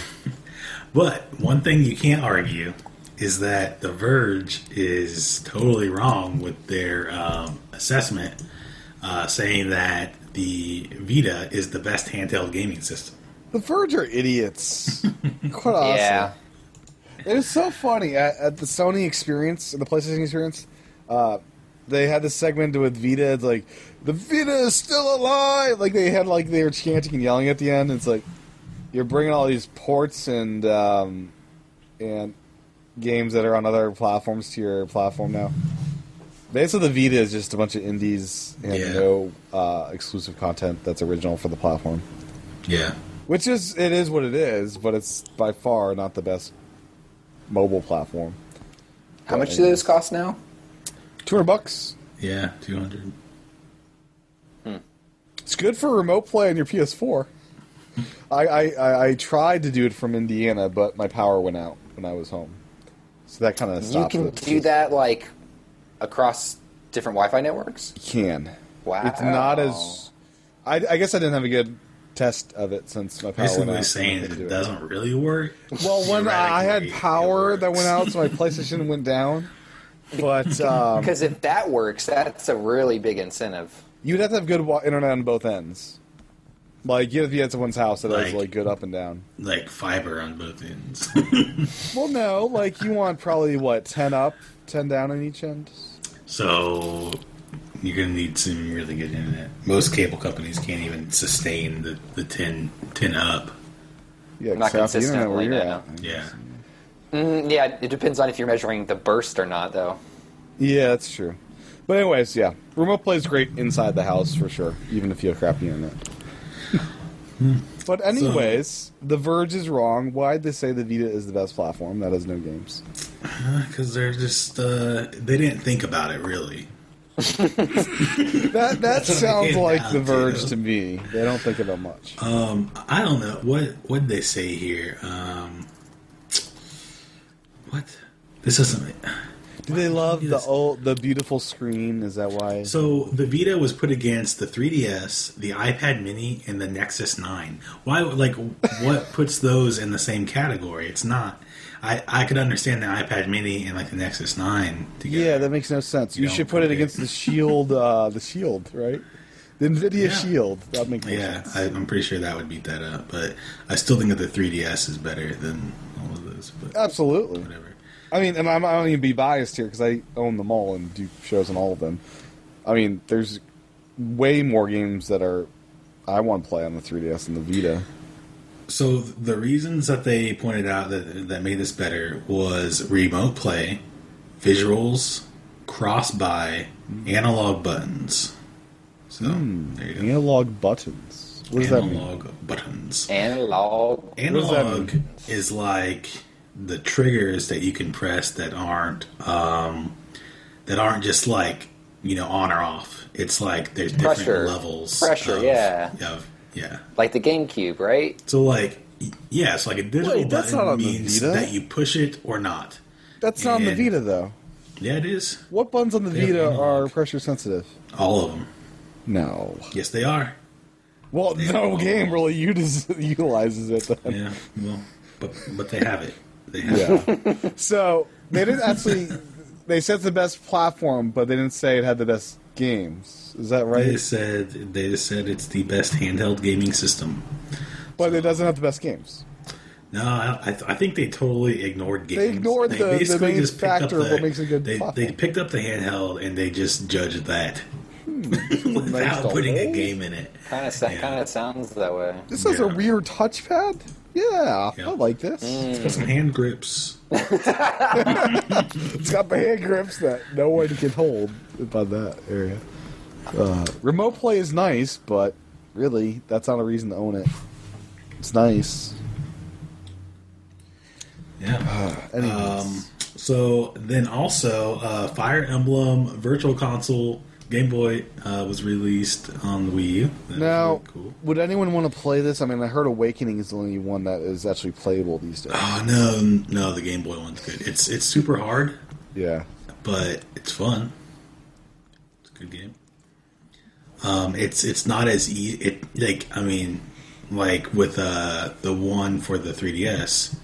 D: But one thing you can't argue is that The Verge is totally wrong with their um, assessment, uh, saying that the Vita is the best handheld gaming system.
B: The Verge are idiots. Quite awesome.
C: Yeah.
B: It was so funny at, at the Sony experience, the PlayStation experience. Uh, they had this segment with Vita. It's like the Vita is still alive. Like they had like they were chanting and yelling at the end. It's like you're bringing all these ports and um, and games that are on other platforms to your platform now. Basically, the Vita is just a bunch of indies and
D: Yeah.
B: no uh, exclusive content that's original for the platform.
D: Yeah.
B: Which is it is what it is, but it's by far not the best mobile platform.
C: How much do those cost now?
B: Two hundred bucks.
D: Yeah, 200.
B: It's good for remote play on your PS4. I, I, I, I tried to do it from Indiana, but my power went out when I was home. So that kind of
C: You
B: stops.
C: can
B: it.
C: do that like across different Wi-Fi networks.
B: Can
C: Wow.
B: It's not as. I, I guess I didn't have a good test of it since my power
D: Basically,
B: went
D: what
B: out.
D: he's saying
B: I
D: is
B: couldn't do
D: it doesn't really work.
B: Well, when I had
D: Theoretically, it
B: power that
D: works.
B: went out, so my PlayStation went
D: <laughs>
B: down. But um,
C: Because if that works, that's a really big incentive.
B: you'd have to have good wa- internet on both ends. Like you'd have to be at someone's house that has
D: Like-
B: like good up and down.
D: like fiber on both ends. <laughs>
B: Well, no, like you want probably what ten up, ten down on each end.
D: so you're gonna need some really good internet. Most cable companies can't even sustain the the 10, 10 up.
B: Yeah,
C: Not
B: half the internet where
C: consistently,
B: you're
C: no.
B: at.
D: Yeah,
C: Mm, yeah, it depends on if you're measuring the burst or not, though.
B: Yeah, that's true. But anyways, yeah, remote play is great inside the house for sure, even if you have crappy
D: <laughs>
B: internet. but anyways, The Verge is wrong. Why'd they say the Vita is the best platform? That has no games.
D: because Uh, they're just uh, they didn't think about it really.
B: That that
D: what I
B: sounds
D: came
B: like
D: down
B: The
D: to.
B: Verge to me. They don't think about much.
D: I don't know what what did they say here. Um, what this doesn't.
B: Do they love the
D: Yes.
B: old, the beautiful screen? Is that why?
D: So the Vita was put against the 3DS, the iPad Mini, and the Nexus 9. Why? Like, what <laughs> puts those in the same category? It's not. I I could understand the iPad Mini and like the Nexus 9 together.
B: yeah, that makes no sense. You,
D: You
B: should
D: don't
B: put it
D: think it-
B: against the Shield, uh, the Shield, right? The Nvidia
D: Yeah.
B: Shield. That makes no
D: yeah.
B: sense.
D: I, I'm pretty sure that would beat that up, but I still think that the 3DS is better than all of those. But
B: Uh, Absolutely.
D: whatever.
B: I mean, and I'm, I don't even be biased here because I own them all and do shows on all of them. I mean, there's way more games that are I want to play on the 3DS and the Vita.
D: So the reasons that they pointed out that that made this better was remote play, visuals, cross buy, analog buttons. So there you go.
B: Analog buttons. What Hmm. does that mean?
D: analog buttons.
C: Analog.
B: does that
D: Analog is like the triggers that you can press that aren't um, that aren't just like you know on or off. It's like there's different
C: Pressure.
D: levels.
C: Pressure,
D: of-
C: yeah.
D: Of, yeah.
C: Like the GameCube, right?
D: So like, y- yeah, it's like a digital
B: Wait, that's not
D: button
B: on the
D: means
B: Vita.
D: that you push it or not.
B: That's not on the
D: And-
B: Vita though.
D: Yeah, it is.
B: What buttons on the
D: They're
B: Vita are
D: analog.
B: pressure sensitive?
D: All of them.
B: No.
D: Yes, they are.
B: Well, no game really uses, utilizes it. Then.
D: Yeah. Well, but but they have it. They have it.
B: Yeah. so they didn't actually. They said it's the best platform, but they didn't say it had the best games. Is that right?
D: They just said they just said it's the best handheld gaming system.
B: But it doesn't have the best games.
D: No, I, I, th- I think they totally ignored games.
B: ignored the- the
D: basically
B: main
D: just picked up
B: factor of what makes a good
D: They,
B: platform.
D: they picked up the handheld and they just judged that
B: Hmm.
D: <laughs>
B: Nice
D: without
B: to
D: putting a
B: know.
D: game in it.
C: Kind of
D: Yeah.
C: kind of sounds that way.
B: This has a
D: Yeah.
B: weird touchpad. Yeah,
D: Yeah.
B: I like this.
D: It's got some hand grips.
B: <laughs> It's got the hand grips that no one can hold by that area. Uh, remote play is nice, but really, that's not a reason to own it. It's nice.
D: Yeah.
B: Anyways.
D: Um, so then also, uh, Fire Emblem Virtual Console Game Boy uh, was released on the Wii U. That was
B: now,
D: really cool.
B: would anyone want to play this? I mean, I heard Awakening is the only one that is actually playable these
D: <gasps>
B: days.
D: Oh no, no, the Game Boy one's good. It's it's super hard,
B: yeah.
D: but it's fun. It's a good game. Um, it's it's not as easy. It like I mean, like with uh the one for the 3ds,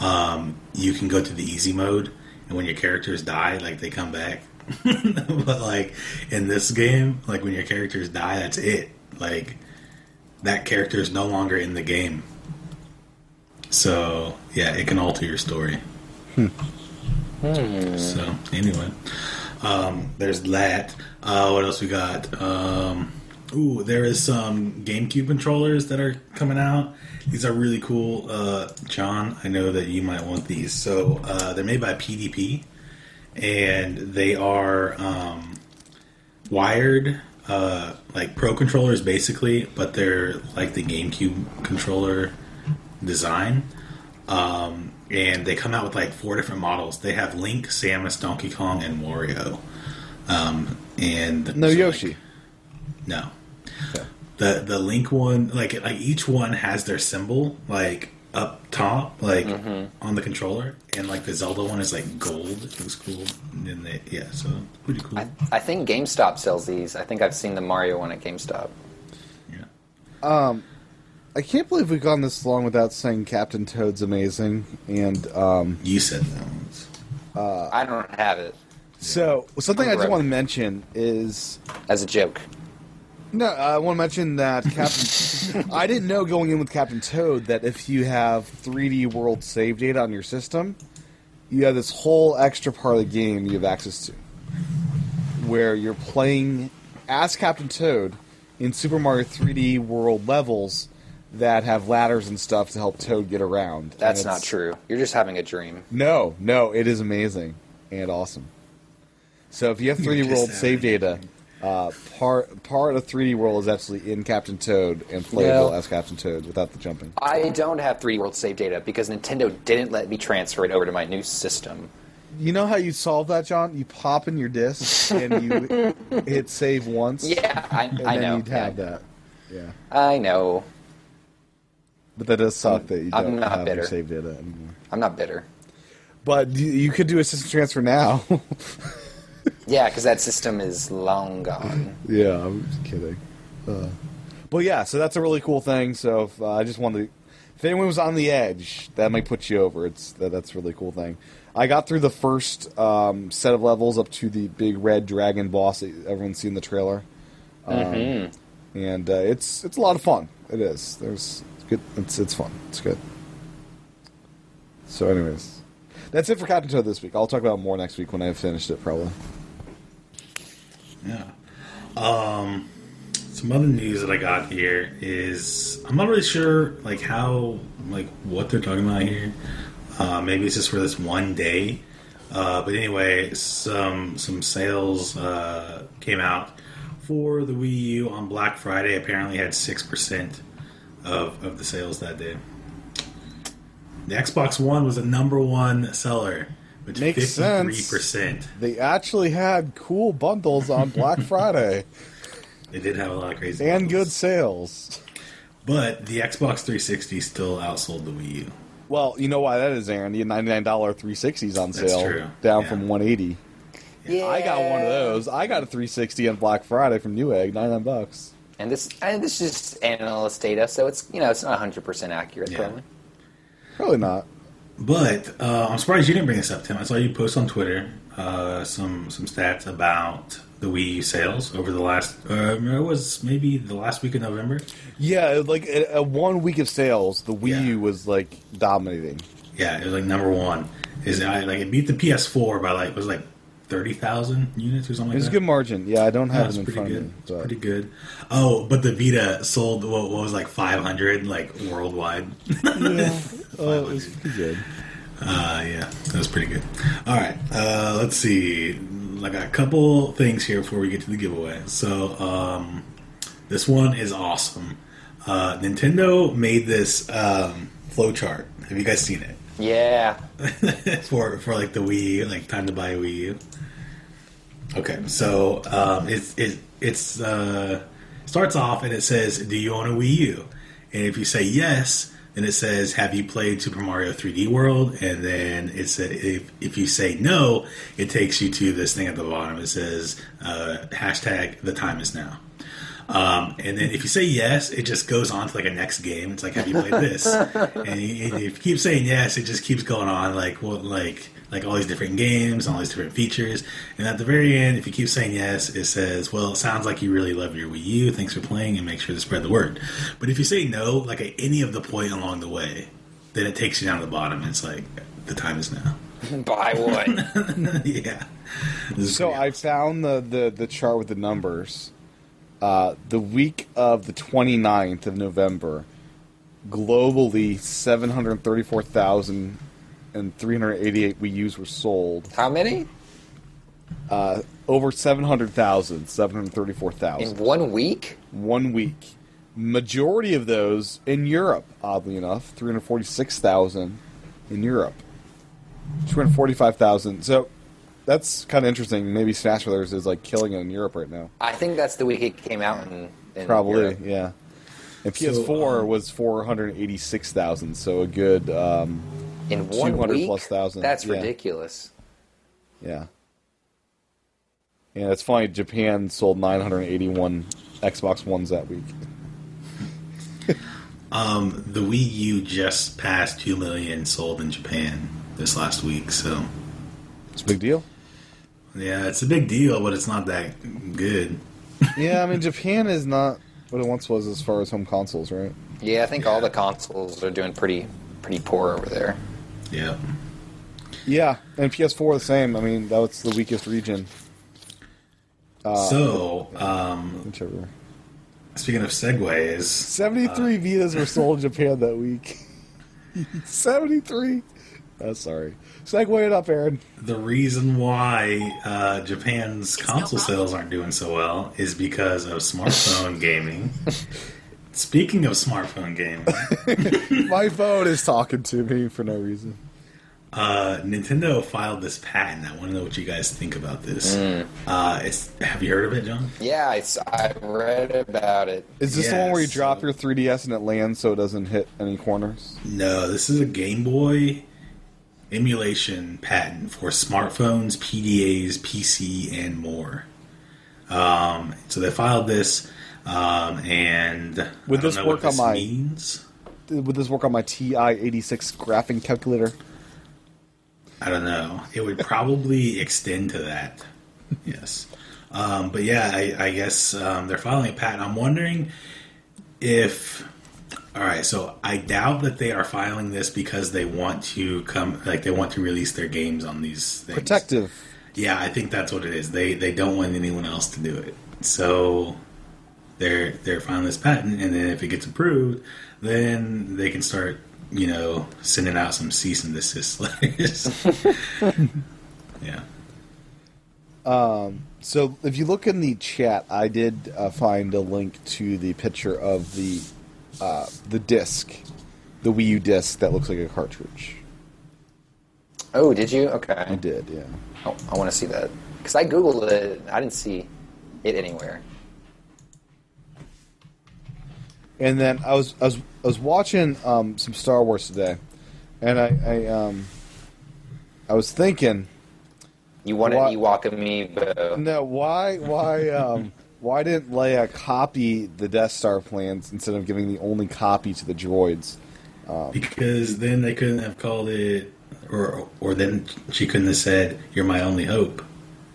D: um, you can go to the easy mode, and when your characters die, like they come back. <laughs> but like in this game, like when your characters die, that's it. Like that character is no longer in the game. So yeah, it can alter your story. So anyway, um, there's that. Uh, what else we got? Um, ooh, there is some GameCube controllers that are coming out. These are really cool, uh, John. I know that you might want these. So uh, they're made by PDP, and they are um, wired. Uh, like pro controllers basically but they're like the gamecube controller design Um, and they come out with like four different models. They have Link, Samus, Donkey Kong, and Wario. Um, and
B: No
D: so, like,
B: Yoshi.
D: no. The the Link one, like like each one has their symbol. Like up top, like on the controller, and like the Zelda one is like gold. It was cool. And then they, yeah, so pretty cool.
C: I think GameStop sells these. I think I've seen the Mario one at GameStop.
D: yeah.
B: I can't believe we've gone this long without saying Captain Toad's amazing. And um,
D: You said that once.
B: Uh.
C: I don't have it
B: so something I
C: Correct.
B: did want to mention is
C: as a joke.
B: No, I want to mention that Captain. I didn't know going in with Captain Toad that if you have 3D World save data on your system, you have this whole extra part of the game you have access to, where you're playing as Captain Toad in Super Mario 3D World levels that have ladders and stuff to help Toad get around. And
C: That's
B: it's-
C: not true. You're just having a dream.
B: No, no, it is amazing and awesome. So if you have 3D
D: pissed
B: World
D: at
B: save
D: me.
B: data, uh, part part of 3D World is actually in Captain Toad and playable
C: No.
B: as Captain Toad without the jumping.
C: I don't have 3D World save data because Nintendo didn't let me transfer it over to my new system.
B: You know how you solve that, John? You pop in your disc and
C: <laughs>
B: you hit save once.
C: Yeah, I,
B: and
C: I
B: then
C: know.
B: you'd have
C: yeah.
B: that. Yeah,
C: I know.
B: but that does suck that you
C: I'm
B: don't
C: not
B: have your
C: bitter.
B: save data anymore.
C: I'm not bitter.
B: But you, you could do a system transfer now. <laughs>
C: Yeah, because that system is long gone.
B: Yeah, I'm just kidding. Uh, but yeah, so that's a really cool thing. So if, uh, I just wanted to, if anyone was on the edge, that might put you over. It's that, that's a really cool thing. I got through the first um, set of levels up to the big red dragon boss that everyone's seen in the trailer, um, and uh, it's it's a lot of fun. It is. There's it's good. It's it's fun. It's good. So, anyways, that's it for Captain Toad this week. I'll talk about it more next week when I've finished it, probably.
D: Yeah. Um, some other news that I got here is I'm not really sure like how like what they're talking about here. Uh, maybe it's just for this one day. Uh, but anyway, some some sales uh, came out for the Wii U on Black Friday. Apparently, had six percent of of the sales that day. The Xbox One was the number one seller with
B: Makes sense.
D: fifty three percent.
B: They actually had cool bundles on Black Friday
D: They did have a lot of crazy
B: and
D: deals.
B: good sales.
D: But the Xbox 360 still outsold the Wii U.
B: Well, you know why that is, Aaron. The ninety-nine dollar three sixties on
D: That's
B: sale,
D: true.
B: down
D: Yeah.
B: from one eighty.
C: Yeah.
B: I got one of those. I got a three sixty on Black Friday from Newegg, ninety-nine bucks.
C: And this and this is just analyst data, so it's you know it's not 100 percent accurate.
D: Yeah.
C: Probably.
B: Probably not.
D: But uh, I'm surprised you didn't bring this up, Tim. I saw you post on Twitter uh, some some stats about the Wii U sales over the last. Uh, it was maybe the last week of November.
B: Yeah, it- like a, a one week of sales, the Wii
D: Yeah.
B: U was like dominating.
D: Yeah, it was like number one. Is I like it beat the PS4 by like it was like thirty thousand units or something.
B: It was a
D: like
B: good
D: that.
B: margin. Yeah, I don't
D: Yeah,
B: have
D: it's
B: them in
D: pretty
B: front of
D: good.
B: me.
D: It's
B: but-
D: pretty good. Oh, but the Vita sold what, what was like five hundred like worldwide.
B: Yeah, <laughs> uh, it was pretty good.
D: Uh, yeah, that was pretty good. All right, uh, let's see. I got a couple things here before we get to the giveaway. So, um, this one is awesome. Uh, Nintendo made this um, flowchart. Have you guys seen it
C: Yeah. <laughs>
D: <laughs> for for like the Wii, like time to buy a Wii U? Okay, so um, it's it it's uh, starts off and it says, "Do you own a Wii U?" And if you say yes, then it says, "Have you played Super Mario 3D World?" And then it said, if if you say no, it takes you to this thing at the bottom. It says, uh, "Hashtag the time is now." Um, and then if you say yes, it just goes on to like a next game. It's like, "Have you played this?" and, you, and if you keep saying yes, it just keeps going on like what like like all these different games, all these different features. And at the very end, if you keep saying yes, it says, "Well, it sounds like you really love your Wii U. Thanks for playing, and make sure to spread the word." But if you say no, like at any of the point along the way, then it takes you down to the bottom. And it's like the time is now. <laughs>
C: Buy one.
D: yeah. This is
B: So
D: pretty
B: I found the, the, the chart with the numbers. Uh, the week of the 29th of November, globally, 734,388 Wii U's were sold.
C: How many
B: Over 700,000, 734,000.
C: in one week?
B: One week. Majority of those in Europe, oddly enough, 346,000 in Europe. 245,000. So that's kind of interesting. Maybe Smash Brothers is like killing it in Europe right now.
C: I think that's the week it came out. In, in
B: Probably,
C: Europe.
B: yeah. And PS4
D: um,
B: was 486,000, so a good um,
C: in one
B: 200
C: week.
B: plus thousand,
C: That's
B: yeah.
C: ridiculous.
B: yeah. And it's funny Japan sold 981 Xbox Ones that week.
D: The Wii U just passed two million sold in Japan this last week, so
B: It's a big deal.
D: yeah, it's a big deal, but it's not that good.
B: Yeah, I mean Japan is not what it once was as far as home consoles, right?
C: Yeah, I think all the consoles are doing pretty pretty poor over there.
D: Yeah.
B: Yeah, and PS4 the same. I mean, that was the weakest region.
D: so, um,
B: Whichever.
D: speaking of segues,
C: Uh,
B: 73 Vitas were sold in Japan that
C: <laughs>
B: week. 73. Oh, sorry. Segway it up, Aaron.
D: the reason why uh, Japan's console sales aren't doing so well is because of smartphone gaming. Speaking of smartphone gaming,
B: My phone is talking to me for no reason.
D: uh, Nintendo filed this patent. I want to know what you guys think about this. Uh, it's, have you heard of it, John?
C: Yeah, I, s- I read about it.
B: Is this the
D: Yeah,
B: one where you
D: so-
B: drop your 3DS and it lands so it doesn't hit any corners?
D: No, this is a Game Boy emulation patent for smartphones, PDAs, PC, and more. Um, so they filed this, um, and
B: Would
D: I don't
B: this
D: know
B: work
D: what
B: on
D: this
B: my-
D: means.
B: Would this work on my TI-86 graphing calculator?
D: I don't know. It would probably extend to that. Yes. Um, but yeah, I, I guess um, they're filing a patent. I'm wondering if. All right, so I doubt that they are filing this because they want to come, like they want to release their games on these things.
B: Protective.
D: Yeah, I think that's what it is. They they don't want anyone else to do it. So they're they're filing this patent, and then if it gets approved, then they can start you know sending out some cease and desist letters. <laughs> yeah.
B: So if you look in the chat, I did uh, find a link to the picture of the uh, the disc, the Wii U disc that looks like a cartridge.
C: Oh, did you?
B: I
C: Okay.
B: did, yeah.
C: Oh, I want to see that because I googled it. I didn't see it anywhere.
B: And then I was I was, I was watching um, some Star Wars today, and I I, um, I was thinking,
C: You want an
B: What?
C: Ewok amiibo?
B: no, why why <laughs> um, why didn't Leia copy the Death Star plans instead of giving the only copy to the droids?
D: Because then they couldn't have called it, or or then she couldn't have said, "You're my only hope."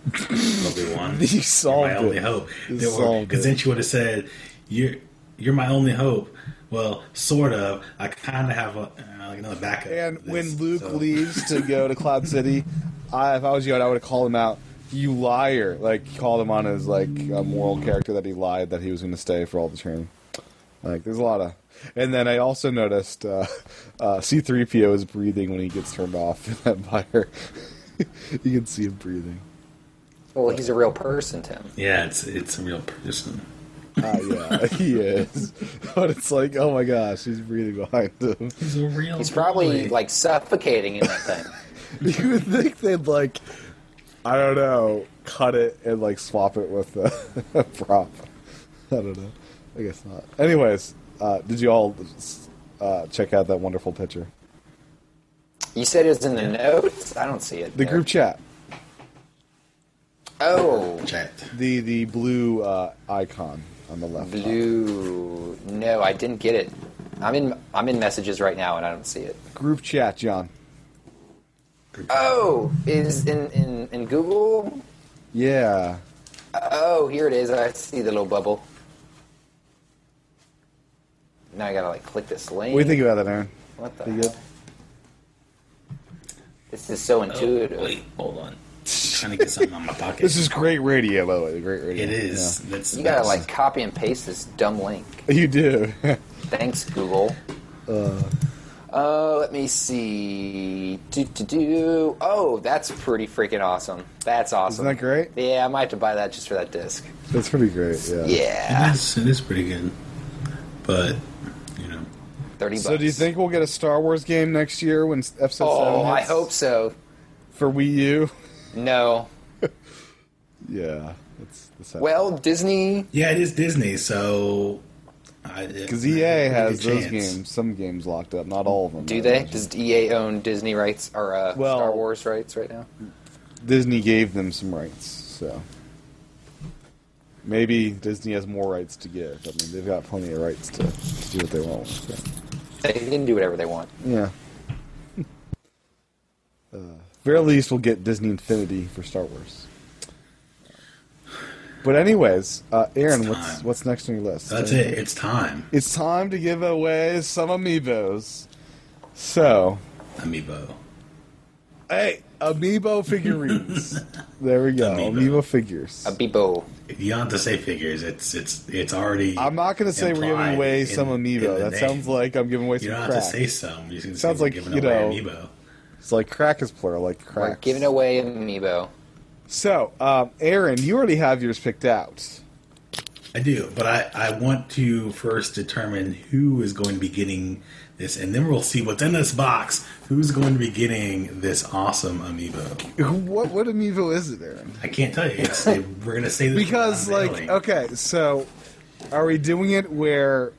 D: Obi
B: <laughs>
D: Wan,
B: He
D: "You're
B: solved
D: my
B: it.
D: only hope.
B: He solved
D: Because
B: it.
D: then she would have said, "You're you're my only hope." Well, sort of. I kind of have a, uh, like another backup.
B: And
D: for this,
B: when Luke <laughs>
D: so-
B: leaves to go to Cloud City, I, if I was Yoda, I would have called him out. You liar! Like called him on his like a moral character that he lied that he was going to stay for all the training. Like there's a lot of. And then I also noticed uh, <laughs> uh, C-3PO is breathing when he gets turned off in that fire. <laughs> you can see him breathing.
C: Well, he's a real person, Tim.
D: yeah, it's it's a real person.
B: <laughs> Uh, yeah, he is. But it's like, oh my gosh, he's breathing behind him.
D: He's a real.
C: He's probably
D: boy.
C: like suffocating in that thing.
B: <laughs> You would think they'd like, I don't know, cut it and like swap it with a, <laughs> a prop. I don't know. I guess not. Anyways, uh, did you all uh, check out that wonderful picture?
C: You said it was in the notes. I don't see it.
B: The
C: there.
B: group chat,
C: Oh,
D: chat.
B: the the blue uh, icon on the left.
C: blue. No, I didn't get it. I'm in. I'm in messages right now, and I don't see it.
B: Uh, Group chat, John.
C: Oh, is in in in Google.
B: Yeah.
C: Oh, here it is. I see the little bubble. Now I gotta like click this link.
B: What do you think about that, Aaron?
C: What the?
B: Pretty good?
C: hell? This is so intuitive.
D: Oh, Wait, hold on. I'm trying to get something on my pocket.
B: This is great radio, by the way. Great radio.
D: It is. That's
C: you gotta
D: that's-
C: like copy and paste this dumb link.
B: Yeah. You do. <laughs>
C: Thanks, Google. Uh, let me see. Do, do, do. Oh, that's pretty freaking awesome. That's awesome.
B: that great?
C: Yeah, I might have to buy that just for that disc.
B: That's pretty great. Yeah. <laughs>
C: Yeah,
D: It is, it is pretty good, but you know,
C: thirty bucks.
B: So, do you think we'll get a Star Wars game next year when episode
C: Oh,
B: seven?
C: I
B: hits?
C: hope so.
B: for Wii U.
C: No.
B: Yeah, that's the sad
C: Well, Disney.
D: yeah, it is Disney, so Because
B: Because EA has those games, some games locked up, not all of them. I
C: Do they?
B: imagine.
C: Does EA own Disney rights or uh,
B: Well-
C: Star Wars rights right now?
B: Disney gave them some rights, so maybe Disney has more rights to give. I mean, they've got plenty of rights to, to do what they want. with, but-
C: They can do whatever they want.
B: Yeah. <laughs> uh, very least, we'll get Disney Infinity for Star Wars. But anyways, uh, Aaron,
D: It's
B: what's
D: time.
B: what's next on your list? Uh,
D: That's it. It's time.
B: It's time to give away some amiibos. So,
D: Amiibo.
B: hey, amiibo
D: <laughs>
B: figurines. there we go,
D: Amiibo.
B: amiibo, figures.
C: A Bebo.
D: If you don't have to say figures, it's it's it's already.
B: I'm not going to say we're giving
D: implied
B: away
D: in-
B: some
D: in
B: amiibo.
D: the
B: That
D: name.
B: sounds like I'm giving away
D: you
B: some
D: don't
B: crack.
D: have to say some. You're just gonna
B: Sounds
D: say we're
B: like,
D: giving
B: you
D: away
B: know-
D: amiibo.
B: it's like crack is plural, like
C: We're
B: cracks.
C: giving away Amiibo.
B: So, um, Aaron, you already have yours picked out.
D: I do, but I I want to first determine who is going to be getting this, and then we'll see what's in this box. Who's going to be getting this awesome amiibo?
B: <laughs> What what amiibo is it, Aaron?
D: I can't tell you.
B: <laughs>
D: It's, we're gonna say this
B: Because
D: without
B: like
D: knowing.
B: okay, so are we doing it where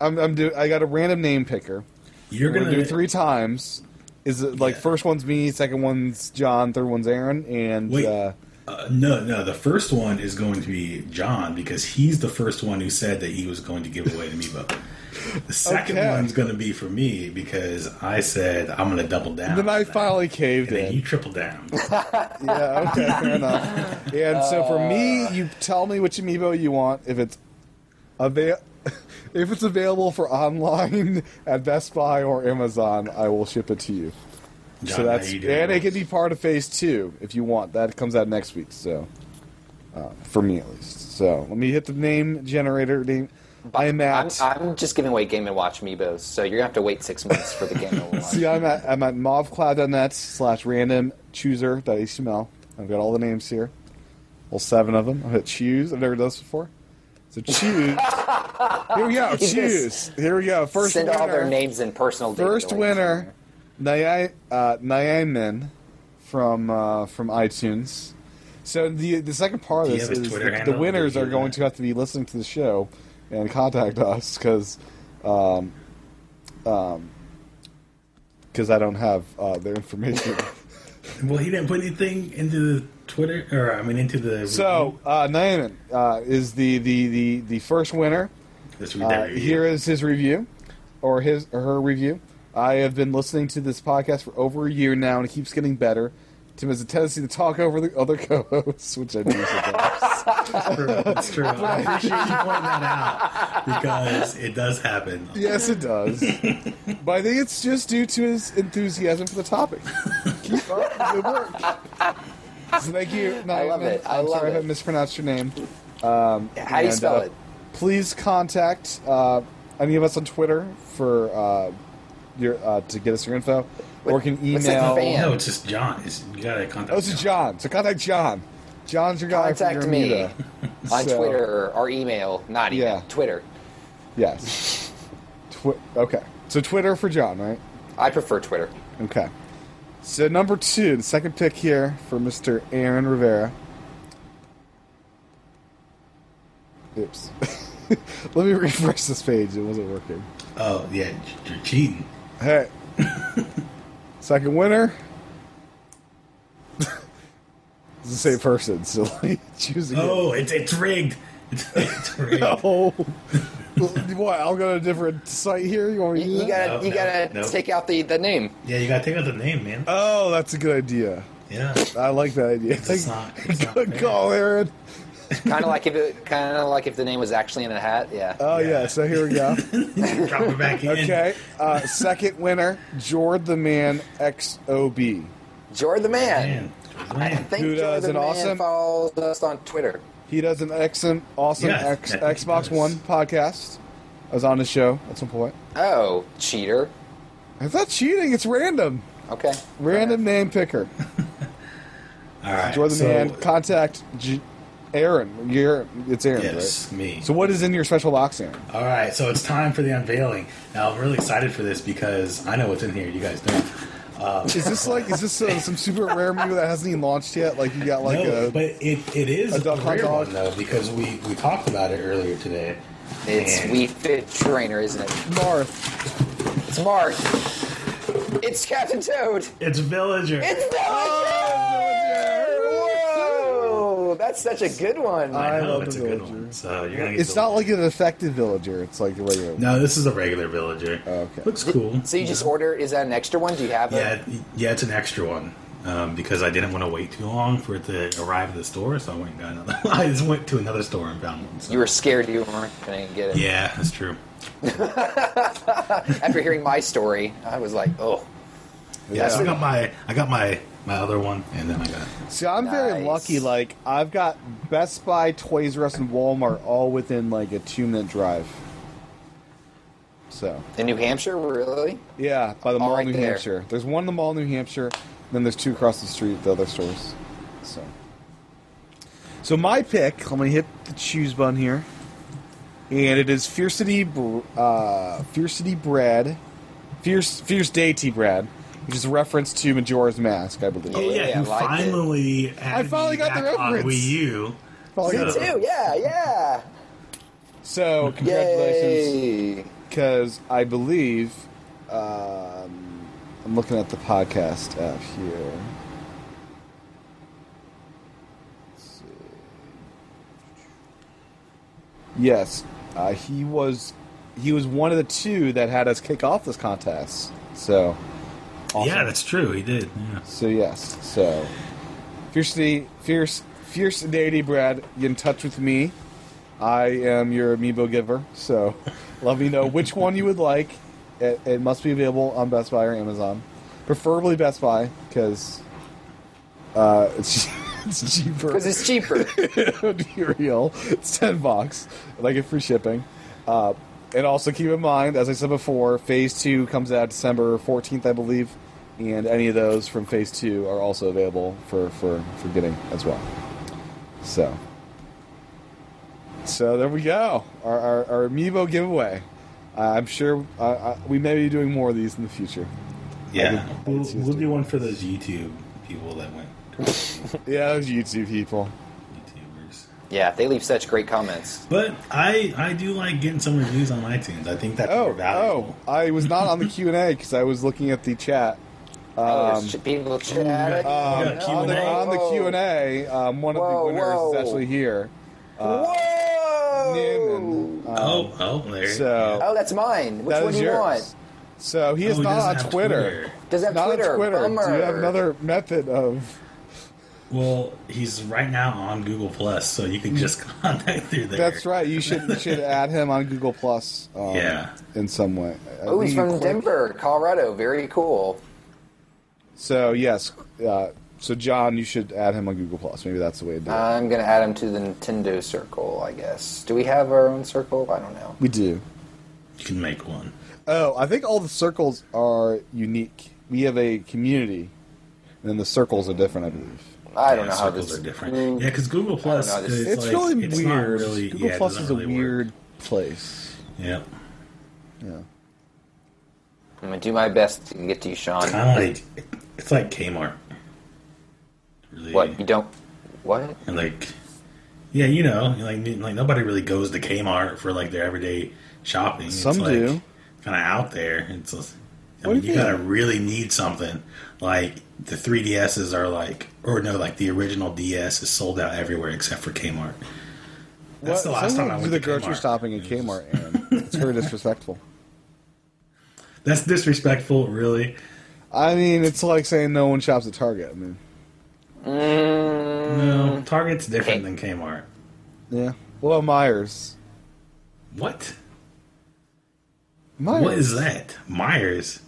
B: I'm I'm do I got a random name picker.
D: you're
B: We're
D: gonna,
B: gonna do it three times. Is it like
D: Yeah.
B: first one's me, second one's John, third one's Aaron, and
D: Wait,
B: uh,
D: uh, no, no. The first one is going to be John because he's the first one who said that he was going to give away the amiibo. The second
B: Okay.
D: one's going to be for me because I said I'm going to double down.
B: then I
D: on that.
B: finally caved
D: And then you
B: in. <laughs>
D: triple down.
B: Yeah, okay, fair enough. And so for me, you tell me which amiibo you want if it's avail <laughs> if it's available for online <laughs> at Best Buy or Amazon, I will ship it to you.
D: John,
B: so that's
D: how you doing?
B: and it can be part of phase two if you want. That comes out next week. So uh, for me at least. So let me hit the name generator. Name. I'm
C: I'm,
B: at.
C: I'm just giving away Game and Watch Amiibos, so you're gonna have to wait six months for the Game
B: <laughs>
C: and Watch.
B: See, I'm at. I'm at mauvecloud.net slash random chooser.html. I've got all the names here. All seven of them. I've hit choose. I've never done this before. So
C: <laughs>
B: choose. here we go.
C: He's gonna
B: Choose. Here we go. First
C: Send all their
B: winner.
C: names and personal data
B: First
C: links.
B: winner, Nyai uh, Nyaimin from uh, from iTunes. So the the second part of
D: Do you
B: this
D: have a
B: is
D: Twitter
B: the, the
D: handle?
B: winners
D: Do you
B: are
D: do
B: going
D: that?
B: to have to be listening to the show and contact us um, because because I don't have uh, their
D: <laughs>
B: information.
D: Well, he didn't put anything into the Twitter, or I mean, into the.
B: so uh, Nyaimin uh, is the, the, the, the first winner.
D: Let's read
B: Uh,
D: that review.
B: here is his review, or his or her review. I have been listening to this podcast for over a year now, and it keeps getting better. Tim has a tendency to talk over the other <laughs> co-hosts, which I do
C: <laughs>
B: sometimes.
D: That's
B: <laughs>
D: true. I appreciate you pointing that out because it does happen.
B: yes, it
C: <laughs>
B: does. But I think it's just due to his enthusiasm for the topic. Keep up the good work.
C: <laughs>
B: So thank you.
C: I
B: Nyman.
C: love it. I
B: I'm
C: love
B: sorry
C: it.
B: if I mispronounced your name.
C: How do you
B: And,
C: spell
B: uh,
C: it?
B: Please contact uh, any of us on Twitter for uh, your uh, to get us your info, or can
C: what's that
B: email.
C: fan?
D: No, it's just John. It's, you gotta contact.
B: Oh, this is
D: John.
B: John. So contact John. John's your guy
C: Contact
B: for your
C: me.
B: Amiibo.
C: <laughs> On
B: So,
C: Twitter or, or email, not email,
B: Yeah.
C: Twitter.
B: Yes. Twi- okay. So Twitter for John, right?
C: I prefer Twitter.
B: Okay. So number two, the second pick here for Mr. Aaron Rivera. Oops. <laughs> Let me <laughs> refresh this page. It wasn't working.
D: Oh yeah, you're cheating. <laughs>
B: Hey. Second winner. <laughs> it's the same person, so <laughs> like, choose again.
D: Oh, it's it's rigged. <laughs> It's, it's rigged.
B: Oh. what? I'll go to a different site here. You want me to
C: You,
B: do
C: you
B: that?
C: gotta,
D: No,
C: you
D: no,
C: gotta
D: no.
C: take out the, the name.
D: Yeah, you gotta take out the name, man.
B: Oh, that's a good idea.
D: yeah,
B: I like that idea.
D: it's not.
B: <laughs>
D: It's not
B: good
D: fair.
B: call, Aaron.
C: Kind of like if it, kind of like if the name was actually in a hat. Yeah.
B: Oh yeah.
D: Yeah.
B: So here we
D: <laughs>
B: go.
D: Drop it back in.
B: okay. Uh, second winner, Jord the Man XOB.
C: Jord the man.
D: Man, man.
C: I think
B: Who
C: Jord
B: does
C: the
B: an
C: man
B: awesome-
C: follows us on Twitter.
B: He does an excellent, awesome
D: Yes,
B: X,
D: I think he
B: Xbox
D: does.
B: One podcast. I was on the show at some point.
C: Oh, cheater.
B: It's not cheating. It's random.
C: Okay.
B: Random name picker.
D: All right.
B: Jord the
D: so,
B: Man. Contact J- Aaron. You're, it's Aaron,
D: Yes,
B: right?
D: me.
B: So what is in your special box, Aaron?
D: All right, so it's time for the unveiling. Now I'm really excited for this because I know what's in here. You guys don't.
B: Is this like is this uh, some super rare movie that hasn't even launched yet? Like you got like
D: no,
B: a
D: Oh, but it, it is
B: a
D: a,
B: duck hunt
D: rare
B: dog?
D: one though because we, we talked about it earlier today,
C: It's
D: And-
C: Wii Fit Trainer, isn't it?
B: Barth.
C: It's Mark. It's Captain Toad.
D: It's Villager.
C: It's Villager. Whoa, Oh, that's such a good one.
D: I, know
B: love
D: it's a
B: the
D: good
B: Villager.
D: one. So you're gonna get
B: It's not
D: Villager.
B: like an affected villager. It's like the regular.
D: no, this is a regular Villager.
B: Okay.
D: looks cool.
C: so you just order? Is that an extra one? Do you have it?
D: Yeah, it- yeah, it's an extra one um, because I didn't want to wait too long for it to arrive at the store, so I went and got another. <laughs> I just went to another store and found one. So.
C: You were scared you weren't going to get it.
D: yeah, that's true.
C: After hearing my story, I was like, oh,
D: Yeah, so I
B: Yeah.
D: got my I got my my other one, and then I got
B: See, I'm very
C: Nice.
B: lucky. Like, I've got Best Buy, Toys R Us, and Walmart all within like a two minute drive. So,
C: in New Hampshire, really?
B: yeah, by the
C: All
B: mall,
C: right
B: New
C: there.
B: Hampshire. There's one in the mall, New Hampshire. Then there's two across the street at the other stores. So, so my pick. I'm gonna hit the choose button here, and it is Fear City, Br- uh, Fear City Brad, Fierce Fierce Deity Brad, which is a reference to Majora's Mask, I believe.
D: Oh yeah,
C: yeah,
D: you
C: I liked it.
D: finally added
B: finally
D: me
B: got the
D: back on
B: reference.
D: Wii U.
B: Probably
D: Yeah.
C: Me too, Oh, yeah, yeah.
B: So congratulations,
C: Yay.
B: because I believe um, I'm looking at the podcast app here. Let's see. Yes, uh, he was. He was one of the two that had us kick off this contest. So, awesome.
D: Yeah, that's true. He did. Yeah.
B: So yes, so fiercely, fierce, fierce deity, Brad. Get in touch with me. I am your amiibo giver. So <laughs> let me know which one you would like. It, it must be available on Best Buy or Amazon, preferably Best Buy because uh, it's <laughs> it's cheaper.
C: Because
B: <laughs>
C: it's cheaper.
B: to be real, it's ten bucks. And I get free shipping. Uh, and also keep in mind, as I said before, Phase Two comes out December fourteenth, I believe, and any of those from Phase Two are also available for for for getting as well. So, so there we go. Our our, our amiibo giveaway. Uh, I'm sure uh, uh, we may be doing more of these in the future.
D: yeah.
B: I
D: We'll,
B: did
D: we'll
B: Tuesday.
D: do one for those YouTube people that went.
B: Yeah, those YouTube people.
D: YouTubers.
C: yeah, they leave such great comments.
D: But I I do like getting some reviews on iTunes. I think that's more
B: Oh,
D: valuable.
B: oh! I was not on the Q and A because I was looking at the chat.
C: oh,
B: Um,
C: there's ch- people chatting.
D: Um, Yeah,
B: on the,
D: Q&A.
B: on the
C: Whoa.
B: Q and A, um, one of the
C: Whoa,
B: winners
C: whoa.
B: is actually here. Uh,
C: Whoa!
B: Newman. Um,
D: oh, oh, there.
B: so
C: oh, that's mine. Which
B: that
C: one
B: is
C: do you
B: yours.
C: want?
B: So he is
D: Oh, he
B: not
D: doesn't
B: on
D: have
B: Twitter.
C: Does that
B: Not
C: Twitter?
B: on Twitter.
C: Bummer.
B: Do you have another method of?
D: Well, he's right now on Google Plus, so you can just <laughs> contact through there.
B: That's right. You should you
D: <laughs>
B: should add him on Google Plus. Um,
D: Yeah.
B: In some way. I
C: Oh, he's
B: think you
C: from
B: click-
C: Denver, Colorado. Very cool.
B: So yes. Uh, so John, you should add him on Google Plus. Maybe that's the way to do it.
C: I'm gonna add him to the Nintendo circle, I guess. Do we have our own circle? I don't know.
B: we do.
D: You can make one.
B: Oh, I think all the circles are unique. We have a community, and then the circles are different, I believe.
C: I don't
D: yeah,
C: know how
D: circles
C: this. Mm.
D: are different. Yeah, because Google
C: don't
D: Plus
C: know, this-
D: is
B: It's,
D: like-
B: really
D: it's not
B: weird.
D: really-
B: Google
D: yeah, it
B: Plus
D: doesn't
B: is a
D: really work.
B: weird place.
D: Yeah.
B: Yeah.
C: I'm gonna do my best to get to you, Sean.
D: Kind of like it's like Kmart. Really,
C: What you don't? What?
D: And like, yeah, you know, like n- like nobody really goes to Kmart for like their everyday shopping.
B: Some
D: it's like,
B: do.
D: Kind of out there. It's. just- I
B: What
D: mean,
B: do
D: you
B: you
D: gotta
B: mean?
D: really need something. Like the 3DSs are like, or no, like the original DS is sold out everywhere except for Kmart. That's the
B: Well,
D: last
B: some
D: time I
B: people
D: went
B: do the
D: to
B: grocery
D: Kmart.
B: shopping at
D: It was just-
B: Kmart, Aaron. It's very disrespectful.
D: That's disrespectful, really.
B: <laughs> I mean, it's like saying no one shops at Target. I mean, Mm.
D: No, Target's different than Kmart.
B: yeah. Well, Myers.
D: What?
B: Myers.
D: What is that? Myers.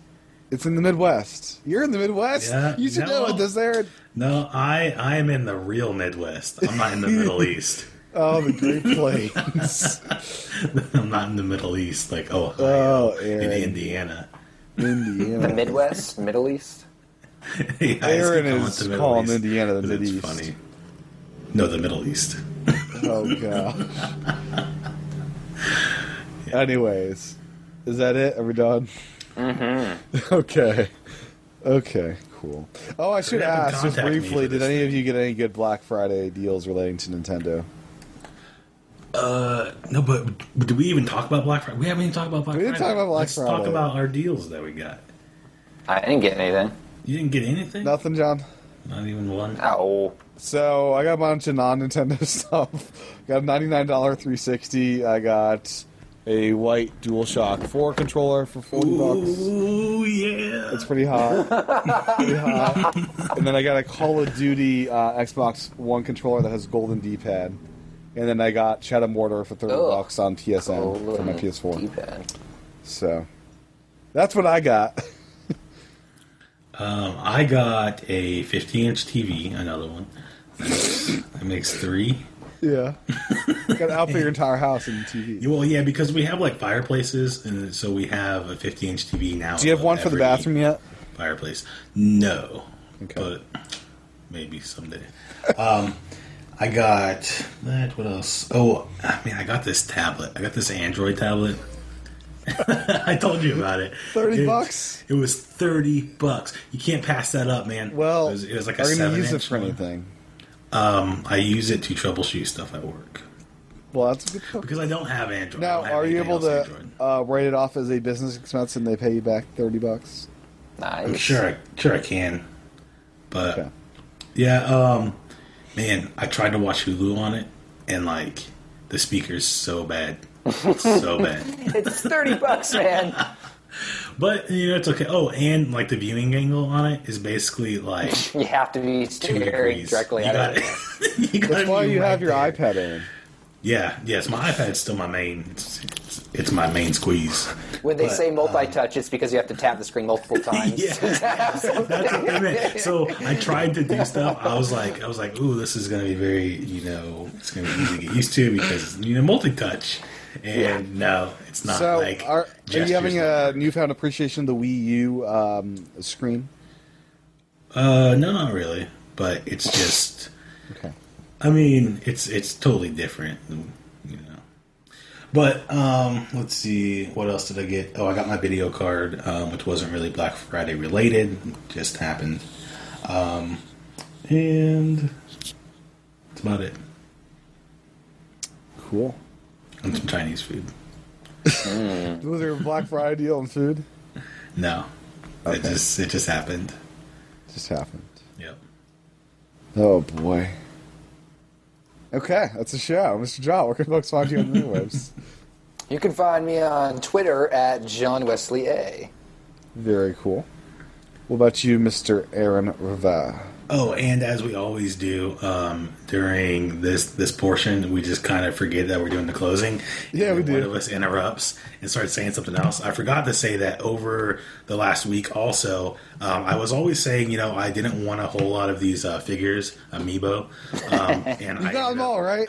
B: It's in the Midwest. You're in the Midwest.
D: Yeah,
B: you should know
D: no.
B: it. Does there?
D: No, I I am in the real Midwest. I'm not in
B: <laughs>
D: the Middle East.
B: Oh, the Great
D: <laughs>
B: Plains.
D: I'm not in the Middle East like Ohio
B: Oh,
D: and
B: Aaron.
D: Indiana. <laughs>
B: Indiana.
C: The Midwest, Middle East.
D: Yeah, I just keep
B: Aaron
D: calling
B: is
D: it the Middle
B: calling
D: East
B: Indiana the
D: 'cause
B: Mid
D: it's
B: East.
D: Funny. No, the Middle East.
B: Oh god. Anyways, is that it? Are we done? Mm-hmm. <laughs> Okay. Okay. Cool. Oh, I should
D: Hurry up and
B: ask just
D: contact me
B: briefly:
D: for
B: Did
D: this
B: any of you get any good Black Friday deals relating to Nintendo?
D: No, but, but do we even talk about Black Friday? We haven't even talked about Black
B: We didn't
D: Friday.
B: talk about Black
D: Let's talk
B: Friday.
D: about our deals that we got.
C: I didn't get anything.
D: You didn't get anything?
B: Nothing, John.
D: Not even one.
C: Oh,
D: Um,
B: So I got a bunch of non-Nintendo <laughs> stuff. got a ninety-nine dollar three sixty. I got a white DualShock Four controller for forty bucks.
D: Ooh, yeah.
B: It's pretty hot. pretty hot. <laughs> And then I got a Call of Duty uh, Xbox One controller that has golden D-pad. And then I got Shadow Mortar for thirty
C: Ugh.
B: bucks on TSN for my
C: Golden
B: PS4.
C: D-pad.
B: So that's what I got.
D: Um, I got a 50 inch TV, another one. That makes, that makes three.
B: <laughs> <laughs> yeah, got to outfit your entire house in TV.
D: Yeah, Well, yeah, because we have like fireplaces, and so we have a 50 inch TV now.
B: Do you have
D: of
B: one for the
D: every
B: bathroom yet?
D: Fireplace. No.
B: Okay.
D: But maybe someday. um, I got that. What else? Oh, I mean, I got this tablet. I got this Android tablet. <laughs> I told you about it.
B: 30
D: It-
B: bucks?
D: It was 30 bucks. You can't pass that up, man.
B: Well,
D: it was, it was like a
B: are you gonna
D: seven
B: use it
D: inch
B: for
D: one.
B: anything?
D: I use it to troubleshoot stuff at work
B: Well, that's a good point.
D: because I don't have Android. I
B: Now,
D: don't have
B: are you
D: anything
B: able
D: else
B: to
D: Android.
B: uh, write it off as a business expense and they pay you back thirty bucks?
C: Nice.
D: I'm sure, I, sure I can, but
B: Okay.
D: yeah, um, man, I tried to watch Hulu on it, and like the speaker's so bad,
B: <laughs>
D: It's so bad.
C: It's 30 bucks, man.
D: <laughs> But you know, it's okay. Oh, and like the viewing angle on it is basically like
C: You have to be <laughs>
D: two
C: staring
D: degrees
C: directly
D: You
C: at
D: got
C: it.
D: it. <laughs> you gotta
B: That's why
D: be
B: you
D: right
B: have your
D: there.
B: iPad in.
D: Yeah, yes, my iPad's still my main. It's, it's, it's my main squeeze.
C: When they
D: But, um,
C: say multi-touch, it's because you have to tap the screen
D: <laughs>
C: multiple times. <laughs>
D: That's what they meant. So I tried to do stuff. I was like, I was like, ooh, this is gonna be very, you know, it's gonna be easy to get used to because you know, multi-touch. And no, it's not
B: So,
D: like.
B: are, are
D: gestures
B: you having
D: like-
B: a newfound appreciation of the Wii U um, screen?
D: Uh, no, not really. But it's just.
B: Okay.
D: I mean, it's it's totally different, you know. But um, let's see, what else did I get? Oh, I got my video card, um, which wasn't really Black Friday related, just happened. Um, and that's about it.
B: Cool.
D: And some Chinese food.
B: Was there a Black Friday deal on food?
D: No, it just it just happened.
B: Just happened.
D: Yep.
B: Oh boy. Okay, that's a show, Mr. John. Where can folks find you on the interwebs?
C: You can find me on Twitter at John Wesley A.
B: <laughs> Very cool. What about you, Mr. Aaron Rava?
D: Oh, and as we always do um, during this this portion, we just kind of forget that we're doing the closing.
B: Yeah,
D: And
B: we
D: One
B: do.
D: of us interrupts and starts saying something else. I forgot to say that over the last week. Also, um, I was always saying, you know, I didn't want a whole lot of these uh, figures, amiibo,
B: <laughs>
D: um, and
B: You
D: I
B: got
D: ended
B: them
D: up-
B: all, right?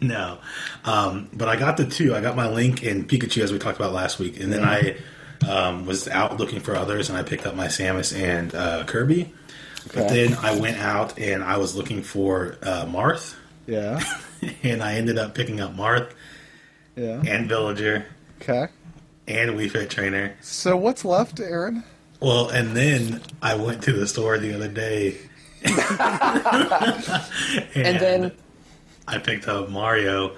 D: no. Um, but I got the two. I got my Link and Pikachu, as we talked about last week. And then I um, was out looking for others, and I picked up my Samus and uh, Kirby. But
B: Okay.
D: then I went out and I was looking for uh, Marth,
B: <laughs> Yeah.
D: and I ended up picking up Marth
B: Yeah.
D: and Villager
B: <laughs> Okay.
D: and Wii Fit Trainer.
B: So what's left, Aaron?
D: Well, and then I went to the store the other day. <laughs> and,
C: then-
D: I picked up Mario.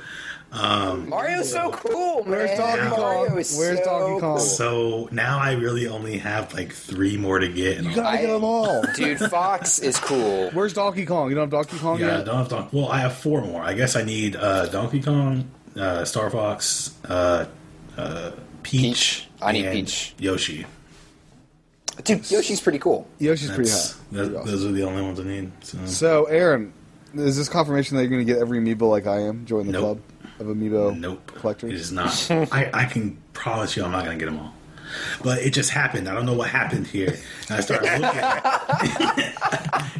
C: Mario's so cool, man.
B: Where's Donkey Kong?
C: Mario is
B: Where's
C: so
B: Donkey Kong?
D: So now I really only have like three more to get. And
B: You
D: I'm
B: gotta
C: I-
B: get them all.
C: Dude, Fox is cool.
B: Where's Donkey Kong? You don't have Donkey Kong
D: Oh, Yeah, I
B: yet?
D: don't have Donkey. Well, I have four more. I guess I need uh, Donkey Kong, uh, Star Fox, uh, uh, Peach,
C: Peach. I need
D: and
C: Peach.
D: Yoshi.
C: Dude, Yoshi's pretty cool.
B: Yoshi's pretty hot.
D: That's, that, Those are the only ones I need. So,
B: So, Aaron, is this confirmation that you're gonna get every amiibo like I am? Join the
D: Nope.
B: club of amiibo
D: nope,
B: collectors.
D: it is
B: <laughs>
D: not. I, I can promise you, I'm not going to get them all. But it just happened. I don't know what happened here. And I started looking.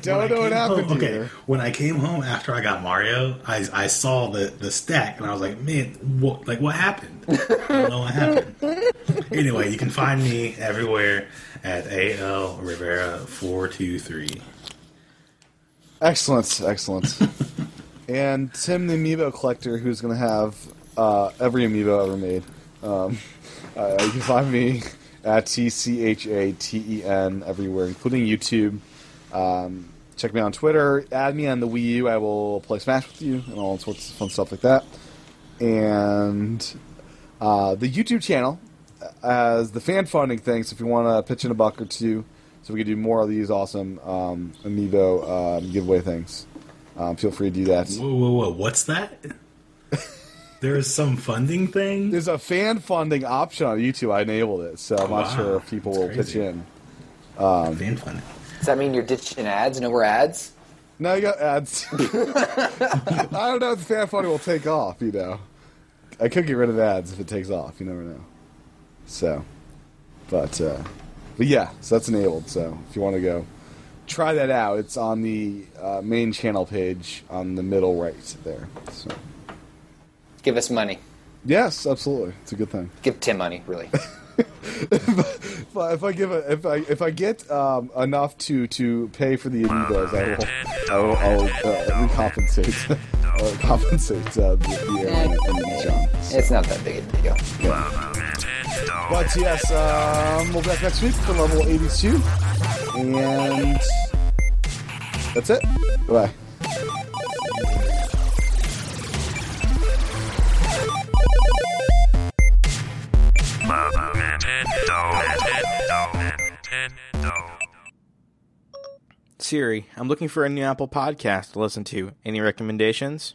B: don't know what
D: came
B: happened
D: home-
B: here.
D: When I came home after I got Mario, I, I saw the, the stack and I was like, man, what, like what happened? I don't know what happened.
B: <laughs>
D: anyway, you can find me everywhere at AL Rivera four two three.
B: Excellent,
D: <laughs>
B: excellent. and Tim, the amiibo collector, who's going to have uh, every amiibo ever made. Um, uh, you can find me at T C H A T E N everywhere, including YouTube. Um, check me on Twitter. Add me on the Wii U. I will play Smash with you and all sorts of fun stuff like that. and uh, the YouTube channel as the fan funding thing. So if you want to pitch in a buck or two, so we can do more of these awesome um, amiibo um, giveaway things, um, feel free to do that.
D: Whoa, whoa, whoa!
B: <laughs>
D: What's that? there is some funding thing.
B: There's a fan funding option on YouTube. I enabled it, so I'm not
D: Wow.
B: sure if people
D: That's
B: will pitch
D: crazy.
B: in.
D: fan Oh, funding.
C: Does that mean you're ditching ads? No more ads?
B: No, you got ads. <laughs> I don't know if the fan funding will take off. You know, I could get rid of ads if it takes off. You never know. So, but uh, but yeah, so that's enabled. So if you want to go try that out, it's on the uh, main channel page on the middle right there. So
C: Give us money.
B: yes, absolutely, it's a good thing.
C: Give Tim money, really.
B: If I, if I give a, if I if I get um, enough to to pay for the Adidas, I'll, I'll, I'll uh, recompensate <laughs> uh, compensate uh, the, the airline and the John. So-
C: it's not that big a deal.
B: But yes, um, we'll be back next week for level 82, and that's it. Bye.
E: Siri, I'm looking for a new Apple podcast to listen to. Any recommendations?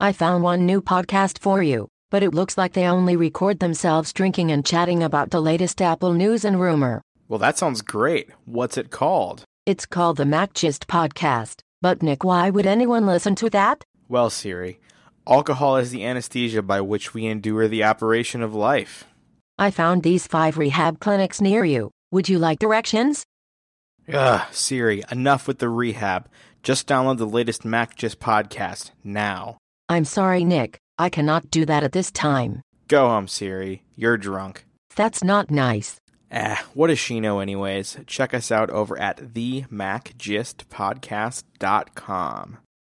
F: I found one new podcast for you, but it looks like they only record themselves drinking and chatting about the latest Apple news and rumor.
E: Well, that sounds great. What's it called?
F: It's called the MacGist Podcast. But Nick, why would anyone listen to that?
E: Well, Siri, alcohol is the anesthesia by which we endure the operation of life.
F: I found these five rehab clinics near you. Would you like directions?
E: Ugh, Siri, enough with the rehab. Just download the latest MacGist podcast now.
F: I'm sorry, Nick. I cannot do that at this time.
E: Go home, Siri. You're drunk.
F: That's not nice.
E: Eh, what does she know, anyways? Check us out over at themacgistpodcast.com.